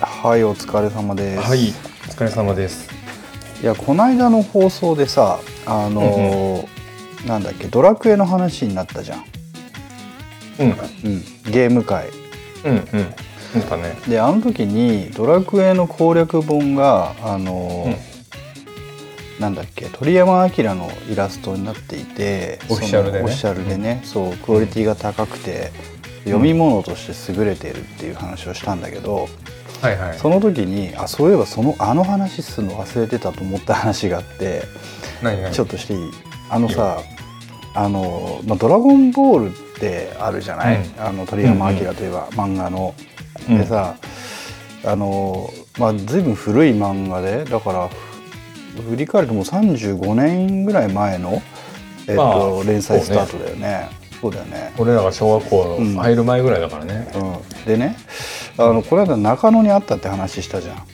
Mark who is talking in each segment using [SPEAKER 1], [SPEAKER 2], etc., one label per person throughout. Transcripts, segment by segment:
[SPEAKER 1] はいお疲れ様です、
[SPEAKER 2] はい、お疲れ様です。
[SPEAKER 1] いやこの間の放送でさあのーなんだっけドラクエの話になったじゃん、
[SPEAKER 2] うん、うん、
[SPEAKER 1] うん、ゲーム界
[SPEAKER 2] うん、なんかね。
[SPEAKER 1] であの時にドラクエの攻略本があのー
[SPEAKER 2] うん
[SPEAKER 1] なんだっけ鳥山明のイラストになっていて
[SPEAKER 2] オフィシャルでね
[SPEAKER 1] そのオフィシャルでね、そうクオリティが高くて、読み物として優れているっていう話をしたんだけど、
[SPEAKER 2] はいはい。
[SPEAKER 1] その時にあそういえばそのあの話するの忘れてたと思った話があって、
[SPEAKER 2] 何何
[SPEAKER 1] ちょっとしていいあのさあの、まあ、ドラゴンボールってあるじゃない、
[SPEAKER 2] うん
[SPEAKER 1] あの鳥山明といえば、漫画の。
[SPEAKER 2] うん
[SPEAKER 1] でさ、あのまあ随分古い漫画でだから振り返るともう35年ぐらい前の、えっ
[SPEAKER 2] ま
[SPEAKER 1] と
[SPEAKER 2] あ
[SPEAKER 1] 連載ス
[SPEAKER 2] そう
[SPEAKER 1] タ
[SPEAKER 2] ね
[SPEAKER 1] ートだよね。そうだよね
[SPEAKER 2] 俺らが小学校
[SPEAKER 1] うん
[SPEAKER 2] 入る前ぐらいだからね。
[SPEAKER 1] うん、でねあのこの間中野に会ったって話したじゃん。
[SPEAKER 2] は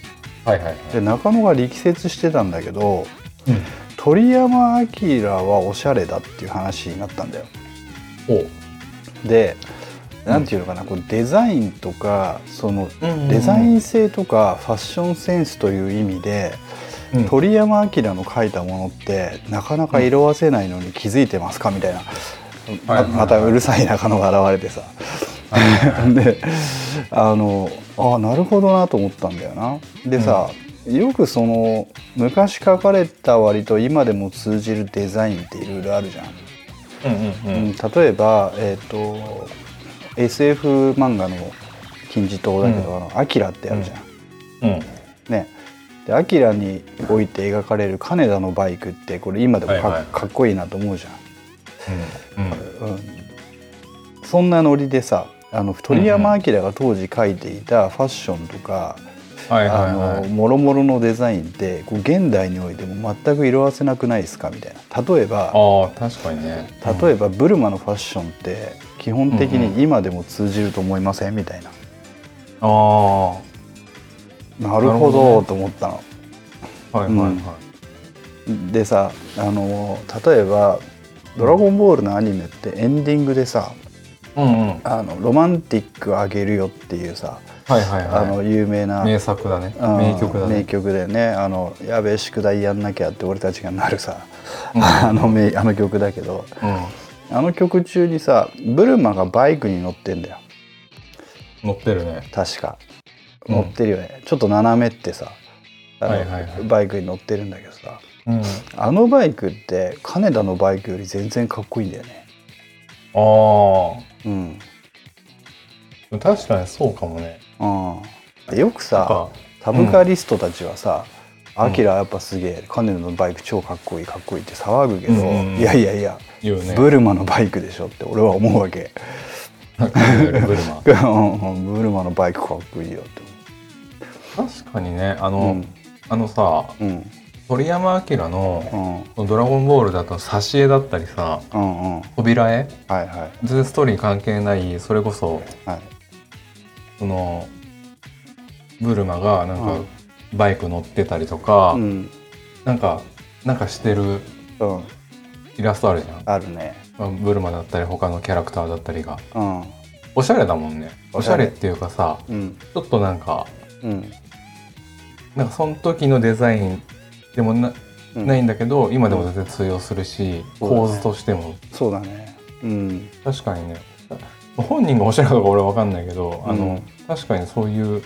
[SPEAKER 2] いはいはい。
[SPEAKER 1] で中野が力説してたんだけど
[SPEAKER 2] うん。
[SPEAKER 1] 鳥山明はおしゃれだっていう話になったんだよ。
[SPEAKER 2] おう。
[SPEAKER 1] でなんていうのかな、こうデザインとかその
[SPEAKER 2] うんうんうん
[SPEAKER 1] デザイン性とかファッションセンスという意味で、
[SPEAKER 2] うん
[SPEAKER 1] 鳥山明の描いたものってなかなか色あせないのに気づいてますかみたいな、
[SPEAKER 2] はいはい
[SPEAKER 1] ままたうるさい中野が現れてさ。 であのあなるほどなと思ったんだよな。でさ、よくその昔描かれた割と今でも通じるデザインっていろいろあるじゃん。
[SPEAKER 2] うんう
[SPEAKER 1] うん
[SPEAKER 2] うん。
[SPEAKER 1] ん例えば、えー、と SF 漫画の金字塔だけど、
[SPEAKER 2] うん
[SPEAKER 1] あのアキラってあるじゃん。
[SPEAKER 2] うん。
[SPEAKER 1] ねでアキラにおいて描かれる金田のバイクってこれ今でもか,、
[SPEAKER 2] はいはい
[SPEAKER 1] かっこいいなと思うじ
[SPEAKER 2] うん。
[SPEAKER 1] ゃん。うん、そんなノリでさあの鳥山明が当時描いていたファッションとか、
[SPEAKER 2] はいは
[SPEAKER 1] あ
[SPEAKER 2] い
[SPEAKER 1] の
[SPEAKER 2] はい。
[SPEAKER 1] もろもろのデザインってこう現代においても全く色あせなくないですかみたいな。例えば
[SPEAKER 2] ああ、確かにね。
[SPEAKER 1] 例えばブルマのファッションって基本的に今でも通じると思いませんみたいな、
[SPEAKER 2] ああ。は
[SPEAKER 1] なるほどと思ったの。
[SPEAKER 2] いはい
[SPEAKER 1] うんでさあの例えば「ドラゴンボール」のアニメってエンディングでさ
[SPEAKER 2] はい。うんうん。
[SPEAKER 1] 「あのロマンティックあげるよ」っていうさ、
[SPEAKER 2] はいはい
[SPEAKER 1] あの
[SPEAKER 2] は。
[SPEAKER 1] 有名ない
[SPEAKER 2] 名作だね。
[SPEAKER 1] うん
[SPEAKER 2] 名曲だ
[SPEAKER 1] 名
[SPEAKER 2] ね。
[SPEAKER 1] 曲だよねあのやべえ宿題やんなきゃって俺たちがなるさ、 あの名あの曲だけど
[SPEAKER 2] う
[SPEAKER 1] あの曲中にさブルマがバイクに乗ってんだよ
[SPEAKER 2] ん。乗ってるね。
[SPEAKER 1] 確か
[SPEAKER 2] うん
[SPEAKER 1] 乗ってるよね、ちょっと斜めってさあの
[SPEAKER 2] はいはいはい
[SPEAKER 1] バイクに乗ってるんだけどさ
[SPEAKER 2] うん。
[SPEAKER 1] あのバイクって金田のバイクより全然かっこいいんだよね
[SPEAKER 2] あ
[SPEAKER 1] うん
[SPEAKER 2] あ。確かにそうかもね。
[SPEAKER 1] あでよく
[SPEAKER 2] なん
[SPEAKER 1] さ
[SPEAKER 2] か
[SPEAKER 1] サブカリストたちはさ「アキラやっぱすげえ金田のバイク超かっこいいかっこいい」って騒ぐけど、
[SPEAKER 2] うんうんうん
[SPEAKER 1] いやいやいや、
[SPEAKER 2] 言うね。
[SPEAKER 1] ブルマのバイクでしょって俺は思うわけ
[SPEAKER 2] ブルマ。
[SPEAKER 1] うんうんブルマのバイクかっこいいよって
[SPEAKER 2] 確かにねあの、
[SPEAKER 1] 思う
[SPEAKER 2] あのさ
[SPEAKER 1] うん
[SPEAKER 2] 鳥山明
[SPEAKER 1] う
[SPEAKER 2] の「
[SPEAKER 1] ん
[SPEAKER 2] ドラゴンボール」だと挿絵だったりさ
[SPEAKER 1] うんうんうん
[SPEAKER 2] 扉絵
[SPEAKER 1] はいはい
[SPEAKER 2] 全然ストーリーに関係ないそれこそ
[SPEAKER 1] はい
[SPEAKER 2] そのブルマがなん
[SPEAKER 1] う
[SPEAKER 2] か
[SPEAKER 1] ん
[SPEAKER 2] バイク乗ってたりとか、
[SPEAKER 1] うん
[SPEAKER 2] なんかなんかしてる
[SPEAKER 1] うん
[SPEAKER 2] イラストあるじゃん
[SPEAKER 1] あるね
[SPEAKER 2] まあブルマだったり他のキャラクターだったりが
[SPEAKER 1] うん
[SPEAKER 2] おしゃれだもんね
[SPEAKER 1] お
[SPEAKER 2] お
[SPEAKER 1] し
[SPEAKER 2] し
[SPEAKER 1] ゃ
[SPEAKER 2] ゃ
[SPEAKER 1] れ
[SPEAKER 2] れっていうかさ
[SPEAKER 1] うん
[SPEAKER 2] ちょっとなんか
[SPEAKER 1] うん
[SPEAKER 2] なんかその時のデザインでもな
[SPEAKER 1] うん
[SPEAKER 2] ないんだけど今でも全然通用するし、
[SPEAKER 1] そうだね
[SPEAKER 2] 構図としても
[SPEAKER 1] そうだねうん
[SPEAKER 2] 確かにね本人がおっしゃるかどうか俺は分かんないけど、あの確かにそういう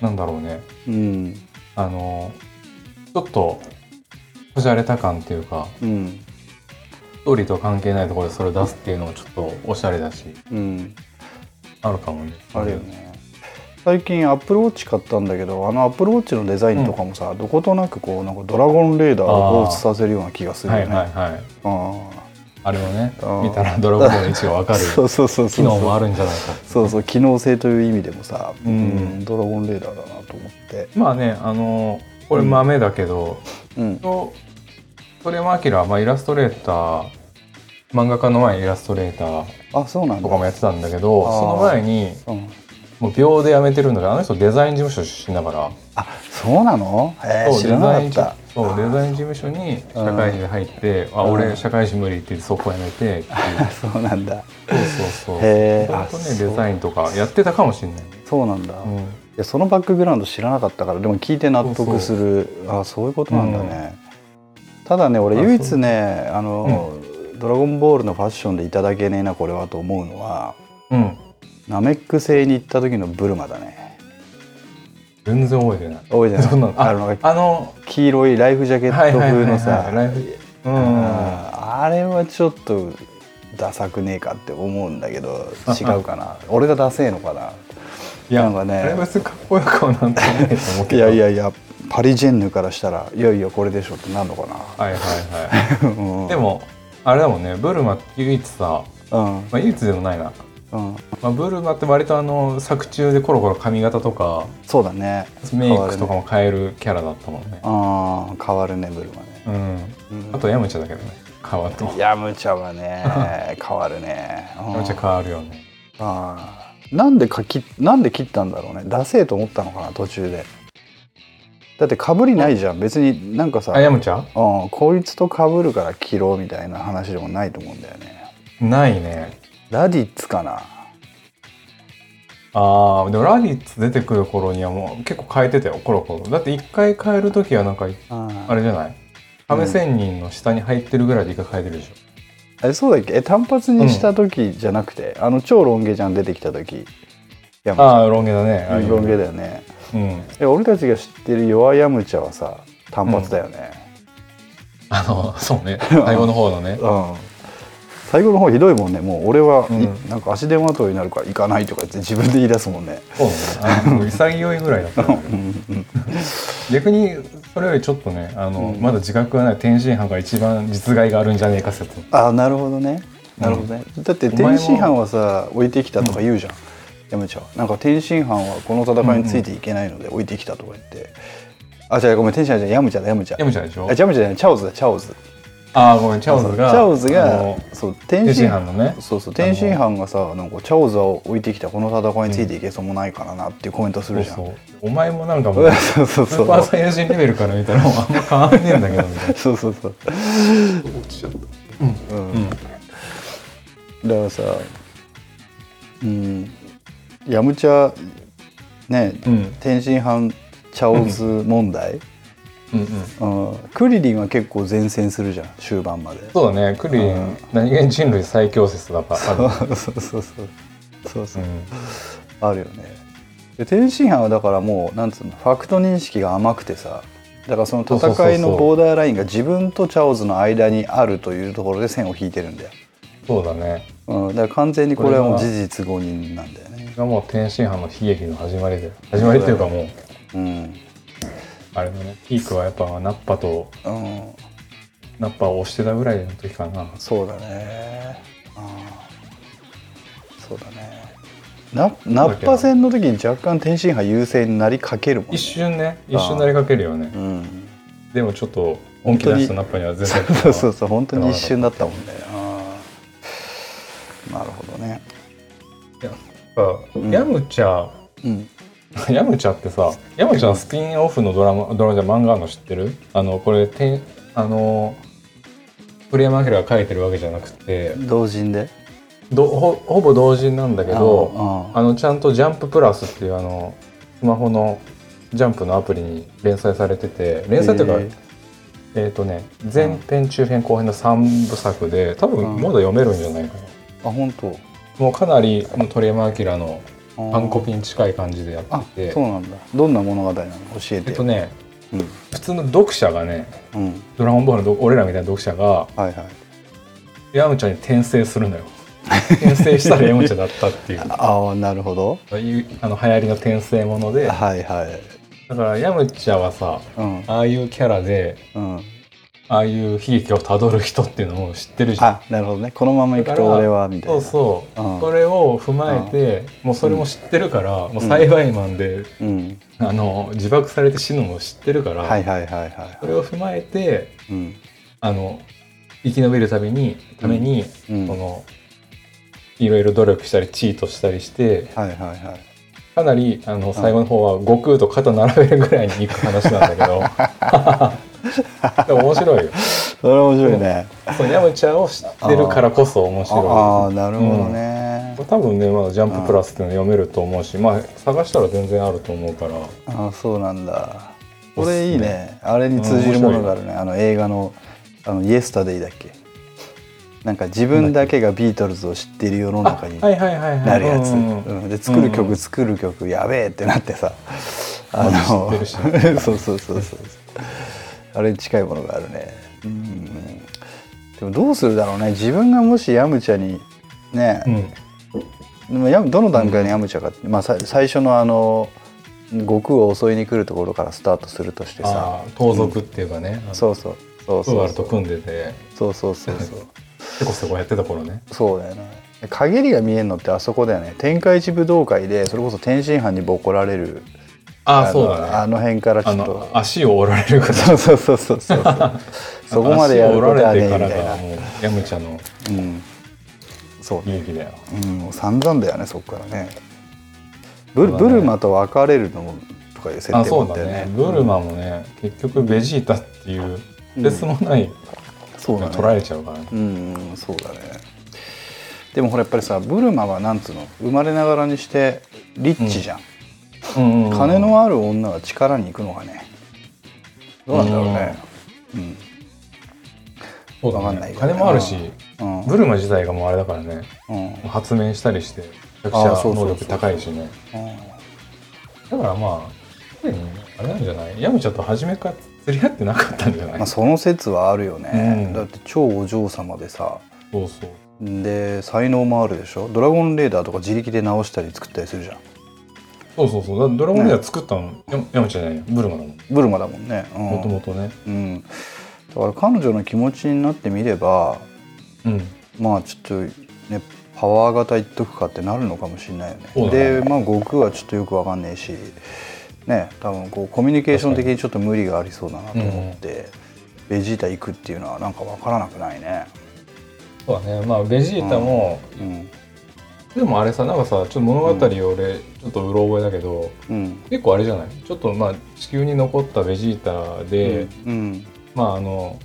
[SPEAKER 2] なんだろうね
[SPEAKER 1] うん
[SPEAKER 2] あのちょっとこじゃれた感っていうか
[SPEAKER 1] うん
[SPEAKER 2] ストーリーとは関係ないところでそれを出すっていうのもちょっとおしゃれだし
[SPEAKER 1] うん
[SPEAKER 2] あるかもね。
[SPEAKER 1] あるよね最近アップルウォッチ買ったんだけどあのアップルウォッチのデザインとかもさ、どことなくこうなんかドラゴンレーダーを彷彿させるような気がする
[SPEAKER 2] は
[SPEAKER 1] よ
[SPEAKER 2] い
[SPEAKER 1] ね。
[SPEAKER 2] はいはい
[SPEAKER 1] あ
[SPEAKER 2] あれをね
[SPEAKER 1] あー
[SPEAKER 2] 見たら「ドラゴンボール」の位置が分
[SPEAKER 1] あ
[SPEAKER 2] かる
[SPEAKER 1] そうそうそうそう
[SPEAKER 2] 機能もあるんじゃないか
[SPEAKER 1] そうそう機能性という意味でもさ、う
[SPEAKER 2] うんん
[SPEAKER 1] ドラゴンレーダーだなと思って、
[SPEAKER 2] まあねあのこれ豆だけど、
[SPEAKER 1] うん、
[SPEAKER 2] と鳥山明はまあイラストレーター漫画家の前にイラストレーター
[SPEAKER 1] あそうなん
[SPEAKER 2] と
[SPEAKER 1] だ
[SPEAKER 2] かもやってたんだけど
[SPEAKER 1] あー
[SPEAKER 2] その前に
[SPEAKER 1] うん、
[SPEAKER 2] もう秒で辞めてるんだけどあの人デザイン事務所出身だから、
[SPEAKER 1] あそうなの、えー、
[SPEAKER 2] そう
[SPEAKER 1] 知
[SPEAKER 2] デ
[SPEAKER 1] らな
[SPEAKER 2] ザ
[SPEAKER 1] か
[SPEAKER 2] イ
[SPEAKER 1] っ
[SPEAKER 2] ン
[SPEAKER 1] た
[SPEAKER 2] そうデザイン事務所に社会人で入って「あ
[SPEAKER 1] うん
[SPEAKER 2] 俺社会人無理」って言ってそこ辞めて っていう
[SPEAKER 1] そうなんだ
[SPEAKER 2] そうそうそう
[SPEAKER 1] へーあ
[SPEAKER 2] 本当ね
[SPEAKER 1] そう
[SPEAKER 2] デザインとかやってたかもしれない、
[SPEAKER 1] そうなんだ、
[SPEAKER 2] うん
[SPEAKER 1] やそのバックグラウンド知らなかったからでも聞いて納得するあそういうことなんだね、ただね俺
[SPEAKER 2] あ
[SPEAKER 1] 唯一ねあの、ドラゴンボール」のファッションでいただけねえなこれはと思うのは
[SPEAKER 2] うん
[SPEAKER 1] ナメック星に行った時のブルマだね
[SPEAKER 2] 全然覚えてない
[SPEAKER 1] 多いじゃ ない
[SPEAKER 2] どんなの
[SPEAKER 1] あの
[SPEAKER 2] あの
[SPEAKER 1] 黄色いライフジャケット風のさ
[SPEAKER 2] はいはいはいはいライフう
[SPEAKER 1] うん
[SPEAKER 2] ん
[SPEAKER 1] あれはちょっとダサくねえかって思うんだけど
[SPEAKER 2] あ
[SPEAKER 1] 違うかな 俺がダセえのかない
[SPEAKER 2] や
[SPEAKER 1] なんかね
[SPEAKER 2] あれは別にかっこよくはなんともないと思うけ
[SPEAKER 1] い
[SPEAKER 2] ど
[SPEAKER 1] やいやいやパリジェンヌからしたらいやいやこれでしょってなるのかな
[SPEAKER 2] はいはいは
[SPEAKER 1] うん
[SPEAKER 2] いでもあれだもんねブルマって唯一さ、
[SPEAKER 1] うん
[SPEAKER 2] まあ、唯一でもないな、
[SPEAKER 1] うん
[SPEAKER 2] まあ、ブルマって割とあの作中でコロコロ髪型とか
[SPEAKER 1] そうだね
[SPEAKER 2] メイクとかも変えるキャラだったもんね
[SPEAKER 1] あー変わるねブルマね、
[SPEAKER 2] うん
[SPEAKER 1] うん
[SPEAKER 2] あとヤムチャだけどね変わると
[SPEAKER 1] ヤムチャ はね変わるねうん
[SPEAKER 2] ヤムチャ変わるよね
[SPEAKER 1] あーなんでかきなんで切ったんだろうねダセえと思ったのかな途中でだってかぶりないじゃん別になんかさ
[SPEAKER 2] あヤムチャ
[SPEAKER 1] うん、こいつと被るから切ろうみたいな話でもないと思うんだよね
[SPEAKER 2] ないね
[SPEAKER 1] ラディッツかな
[SPEAKER 2] あーでもラディッツ出てくる頃にはもう結構変えてたよコロコロだって一回変える時はなんかあ
[SPEAKER 1] あ
[SPEAKER 2] れじゃない亀仙人の下に入ってるぐらいで一回変えてるでしょ
[SPEAKER 1] れそうだっけえ単発にした時じゃなくて、あの超ロン毛ちゃん出てきた時ヤム
[SPEAKER 2] ああロン毛だね
[SPEAKER 1] チ
[SPEAKER 2] ああい
[SPEAKER 1] ャ
[SPEAKER 2] う
[SPEAKER 1] ロン毛だよね
[SPEAKER 2] うん
[SPEAKER 1] え俺たちが知ってる弱ヤムチャはさ単発だよね、
[SPEAKER 2] あの そうね最後の方のね
[SPEAKER 1] うん最後の方ひどいもんねもう俺は、い
[SPEAKER 2] うん
[SPEAKER 1] なんか足手まといになるから行かないとか言って自分で言い出すもんね
[SPEAKER 2] そうねあの潔いぐらいだったね逆にそれよりちょっとねあの、
[SPEAKER 1] うん
[SPEAKER 2] まだ自覚がない天津飯が一番実害があるんじゃねえか説
[SPEAKER 1] あなるほどねなるほどね、だって
[SPEAKER 2] お前も
[SPEAKER 1] 天津飯はさ置いてきたとか言うじゃん、やめちゃうなんか天津飯はこの戦いについていけないので置いてきたとか言って、あ違うごめん天津飯じゃないヤムチャだヤムチャ
[SPEAKER 2] ヤムチャでしょ
[SPEAKER 1] あヤムチャじゃないチャオズだチャオズ
[SPEAKER 2] ああごめんチャオズが
[SPEAKER 1] チャオズ
[SPEAKER 2] あ
[SPEAKER 1] が
[SPEAKER 2] の
[SPEAKER 1] そう天
[SPEAKER 2] 天津
[SPEAKER 1] 津
[SPEAKER 2] 飯のね
[SPEAKER 1] そうそう天津飯がさなんかチャオズは置いてきたこの戦いについていけそうもないからなっていうコメントす
[SPEAKER 2] そ
[SPEAKER 1] る
[SPEAKER 2] う
[SPEAKER 1] じゃん、
[SPEAKER 2] そうお前もなんかもう
[SPEAKER 1] そうそう
[SPEAKER 2] ス
[SPEAKER 1] そう
[SPEAKER 2] ーパー
[SPEAKER 1] そ
[SPEAKER 2] サイヤ人レベルから見たらもうあんま変わんねえんだけどみたいう
[SPEAKER 1] そうそうそう
[SPEAKER 2] な落ちちゃった
[SPEAKER 1] うん
[SPEAKER 2] うん
[SPEAKER 1] だからさうんヤムチャね、
[SPEAKER 2] うん
[SPEAKER 1] 天津飯チャオズ問題、
[SPEAKER 2] うんうん
[SPEAKER 1] うんクリリンは結構前線するじゃん終盤まで
[SPEAKER 2] そうだねクリリン何気に人類最強説だから
[SPEAKER 1] そ
[SPEAKER 2] 多
[SPEAKER 1] う
[SPEAKER 2] 分
[SPEAKER 1] そうそうそうそうそううんあるよねで天津飯はだからもうなんつうのファクト認識が甘くてさだからその
[SPEAKER 2] そうそう
[SPEAKER 1] 戦
[SPEAKER 2] そ
[SPEAKER 1] いう
[SPEAKER 2] そ
[SPEAKER 1] の
[SPEAKER 2] う
[SPEAKER 1] ボーダーラインが自分とチャオズの間にあるというところで線を引いてるんだよ、
[SPEAKER 2] そうだね
[SPEAKER 1] うん、だから完全にこれはもう事実誤認なんだよ
[SPEAKER 2] こ
[SPEAKER 1] ね
[SPEAKER 2] れがもう天津飯の悲劇の始まりで始まりっていうかもう
[SPEAKER 1] うん
[SPEAKER 2] あれだねピークはやっぱナッパと
[SPEAKER 1] うん、
[SPEAKER 2] ナッパを押してたぐらいの時かな
[SPEAKER 1] そうだね。あーそうだね。なナッパ戦の時に若干天津飯優勢になりかけるもん、ね。
[SPEAKER 2] 一瞬ね一瞬なりかけるよね
[SPEAKER 1] うん。
[SPEAKER 2] でもちょっと本気出したナッパには全然
[SPEAKER 1] そうそうそう本当に一瞬だったもんね。あーなるほどね。
[SPEAKER 2] やっぱヤムチャ
[SPEAKER 1] うん。
[SPEAKER 2] ヤムチャってさヤムチャのスピンオフのドラマドラマじゃ漫画あるの知ってるあのこれてあのプレイマーケラが書いてるわけじゃなくて
[SPEAKER 1] 同人で。
[SPEAKER 2] どほほぼ同人なんだけど
[SPEAKER 1] あーあ
[SPEAKER 2] あのちゃんと「ジャンププラス」っていうあのスマホのジャンプのアプリに連載されてて連載というか、
[SPEAKER 1] へー
[SPEAKER 2] えーとね、前編中編後編の3部作で多分まだ読めるんじゃないかな、
[SPEAKER 1] ーあ本当。
[SPEAKER 2] もうかなりもう鳥山明の
[SPEAKER 1] あー
[SPEAKER 2] パンコピに近い感じでや
[SPEAKER 1] あ
[SPEAKER 2] ってて
[SPEAKER 1] そうなんだ。どんな物語なの教えて
[SPEAKER 2] えっ
[SPEAKER 1] よ。
[SPEAKER 2] とね
[SPEAKER 1] うん
[SPEAKER 2] 普通の読者がね
[SPEAKER 1] うん
[SPEAKER 2] 「ドラゴンボールのど」俺らみたいな読者が
[SPEAKER 1] はいはい。
[SPEAKER 2] ヤムチャに転生するのよ転生したらヤムチャだったっていう
[SPEAKER 1] ああなるほど。
[SPEAKER 2] いうあの流行りの転生もので
[SPEAKER 1] はいはい。
[SPEAKER 2] だからヤムチャはさ
[SPEAKER 1] うん
[SPEAKER 2] ああいうキャラで
[SPEAKER 1] うん。
[SPEAKER 2] ああいう悲劇をたどる人っていうのを知ってるじゃん
[SPEAKER 1] あなるほどねこのままいくと俺はみた
[SPEAKER 2] そう
[SPEAKER 1] いな
[SPEAKER 2] そう、
[SPEAKER 1] うん
[SPEAKER 2] それを踏まえて、もうそれも知ってるから、もう栽培マンで、
[SPEAKER 1] うん
[SPEAKER 2] あの自爆されて死ぬのも知ってるから、
[SPEAKER 1] はいはいはいは
[SPEAKER 2] それを踏まえて
[SPEAKER 1] いうん
[SPEAKER 2] あの生き延びるためにために、
[SPEAKER 1] うん
[SPEAKER 2] そのいろいろ努力したりチートしたりして
[SPEAKER 1] はいはいはい
[SPEAKER 2] かなりあの最後の方は悟空と肩並べるぐらいに行く話なんだけ どでも面白いよ
[SPEAKER 1] それは面白いね
[SPEAKER 2] そうヤムチャを知ってるからこそ面白い
[SPEAKER 1] ああなるほどね
[SPEAKER 2] これ多分ねまだ「ジャンププラス」っていうの読めると思うしまあ探したら全然あると思うから
[SPEAKER 1] ああそうなんだ
[SPEAKER 2] お
[SPEAKER 1] こ
[SPEAKER 2] すすめ
[SPEAKER 1] れいいねあれに通じるものがあるねあの映画の「あのイエスタデイ」だっけなんか自分だけがビートルズを知っている世の中に
[SPEAKER 2] あはいはいはいはい
[SPEAKER 1] なるやつ、
[SPEAKER 2] うんうんうん
[SPEAKER 1] うんで作る
[SPEAKER 2] うんう
[SPEAKER 1] 曲
[SPEAKER 2] ん
[SPEAKER 1] 作る曲やべえってなってさ
[SPEAKER 2] まだ知ってるし
[SPEAKER 1] そうそうそうそうあれに近いものがあるねうんでもどうするだろうね自分がもしヤムチャにね、
[SPEAKER 2] うん
[SPEAKER 1] でもヤムどの段階にヤムチャかって、まあ、さ最初のあの悟空を襲いに来るところからスタートするとしてさ
[SPEAKER 2] あー盗賊っていうかね
[SPEAKER 1] そうそうそう
[SPEAKER 2] フー
[SPEAKER 1] そ
[SPEAKER 2] ガ
[SPEAKER 1] う
[SPEAKER 2] ルと組んでて
[SPEAKER 1] そうそうそうそう
[SPEAKER 2] せこせこやってた頃ね
[SPEAKER 1] そうだよね陰りが見えるのってあそこだよね天下一武道会でそれこそ天津飯にボコられる
[SPEAKER 2] ああ
[SPEAKER 1] の
[SPEAKER 2] そうだ
[SPEAKER 1] あ
[SPEAKER 2] ね
[SPEAKER 1] の辺からちょ
[SPEAKER 2] あ
[SPEAKER 1] っ
[SPEAKER 2] の
[SPEAKER 1] と
[SPEAKER 2] 足を折られるから
[SPEAKER 1] そうそうそうそ うそうそこまでやること
[SPEAKER 2] 足を折ら
[SPEAKER 1] はねえみたい
[SPEAKER 2] れてからが
[SPEAKER 1] な
[SPEAKER 2] もうヤムチャの
[SPEAKER 1] うんそう
[SPEAKER 2] 勇気だよ
[SPEAKER 1] うん、もう散々だよねそこからねブル
[SPEAKER 2] そうだ
[SPEAKER 1] ブ
[SPEAKER 2] ね
[SPEAKER 1] ルマと別れるのもとかいう設
[SPEAKER 2] あ
[SPEAKER 1] 定も
[SPEAKER 2] そ
[SPEAKER 1] あ
[SPEAKER 2] う
[SPEAKER 1] っ
[SPEAKER 2] だ
[SPEAKER 1] たよね
[SPEAKER 2] ねブルマもね結局ベジータっていうとてつもない
[SPEAKER 1] そうだ
[SPEAKER 2] が
[SPEAKER 1] ね
[SPEAKER 2] 取られちゃうからね
[SPEAKER 1] うんうんそうだねでもほらやっぱりさブルマはなんつうの生まれながらにしてリッチじゃ
[SPEAKER 2] う
[SPEAKER 1] ん、
[SPEAKER 2] んうんうん
[SPEAKER 1] 金のある女が力に行くのがねどうなんだろうね
[SPEAKER 2] そうだね
[SPEAKER 1] わかんないけどね
[SPEAKER 2] 金もあるし
[SPEAKER 1] うん、うん
[SPEAKER 2] ブルマ自体がもうあれだからね
[SPEAKER 1] うん
[SPEAKER 2] もう発明したりしてめちゃくち
[SPEAKER 1] あーそ
[SPEAKER 2] ゃ
[SPEAKER 1] うそうそう
[SPEAKER 2] 能力高いしねだからまあ常にあれなんじゃないヤムチャと初めから釣り合ってなかったんじゃない、
[SPEAKER 1] まあ、その説はあるよね、
[SPEAKER 2] うん
[SPEAKER 1] だって超お嬢様でさ
[SPEAKER 2] そうそう
[SPEAKER 1] で才能もあるでしょドラゴンレーダーとか自力で直したり作ったりするじゃん
[SPEAKER 2] そうそうそうだドラゴンレーダー作ったの、ヤムヤムチャじゃないよブルマだもん
[SPEAKER 1] ブルマだもんねうん
[SPEAKER 2] もともとね
[SPEAKER 1] うん、だから彼女の気持ちになってみれば
[SPEAKER 2] うん
[SPEAKER 1] まあちょっとねパワー型いっとくかってなるのかもしれないよね。
[SPEAKER 2] そうだね
[SPEAKER 1] でまあ悟空はちょっとよくわかんねえしね多分こうコミュニケーション的にちょっと無理がありそうだなと思って、ベジータ行くっていうのはなんかわからなくないね。
[SPEAKER 2] そうだねまあベジータも、
[SPEAKER 1] うん
[SPEAKER 2] でもあれさなんかさちょっと物語を俺、ちょっとうろ覚えだけど
[SPEAKER 1] うん
[SPEAKER 2] 結構あれじゃないちょっとまあ地球に残ったベジータで、
[SPEAKER 1] うん
[SPEAKER 2] まああの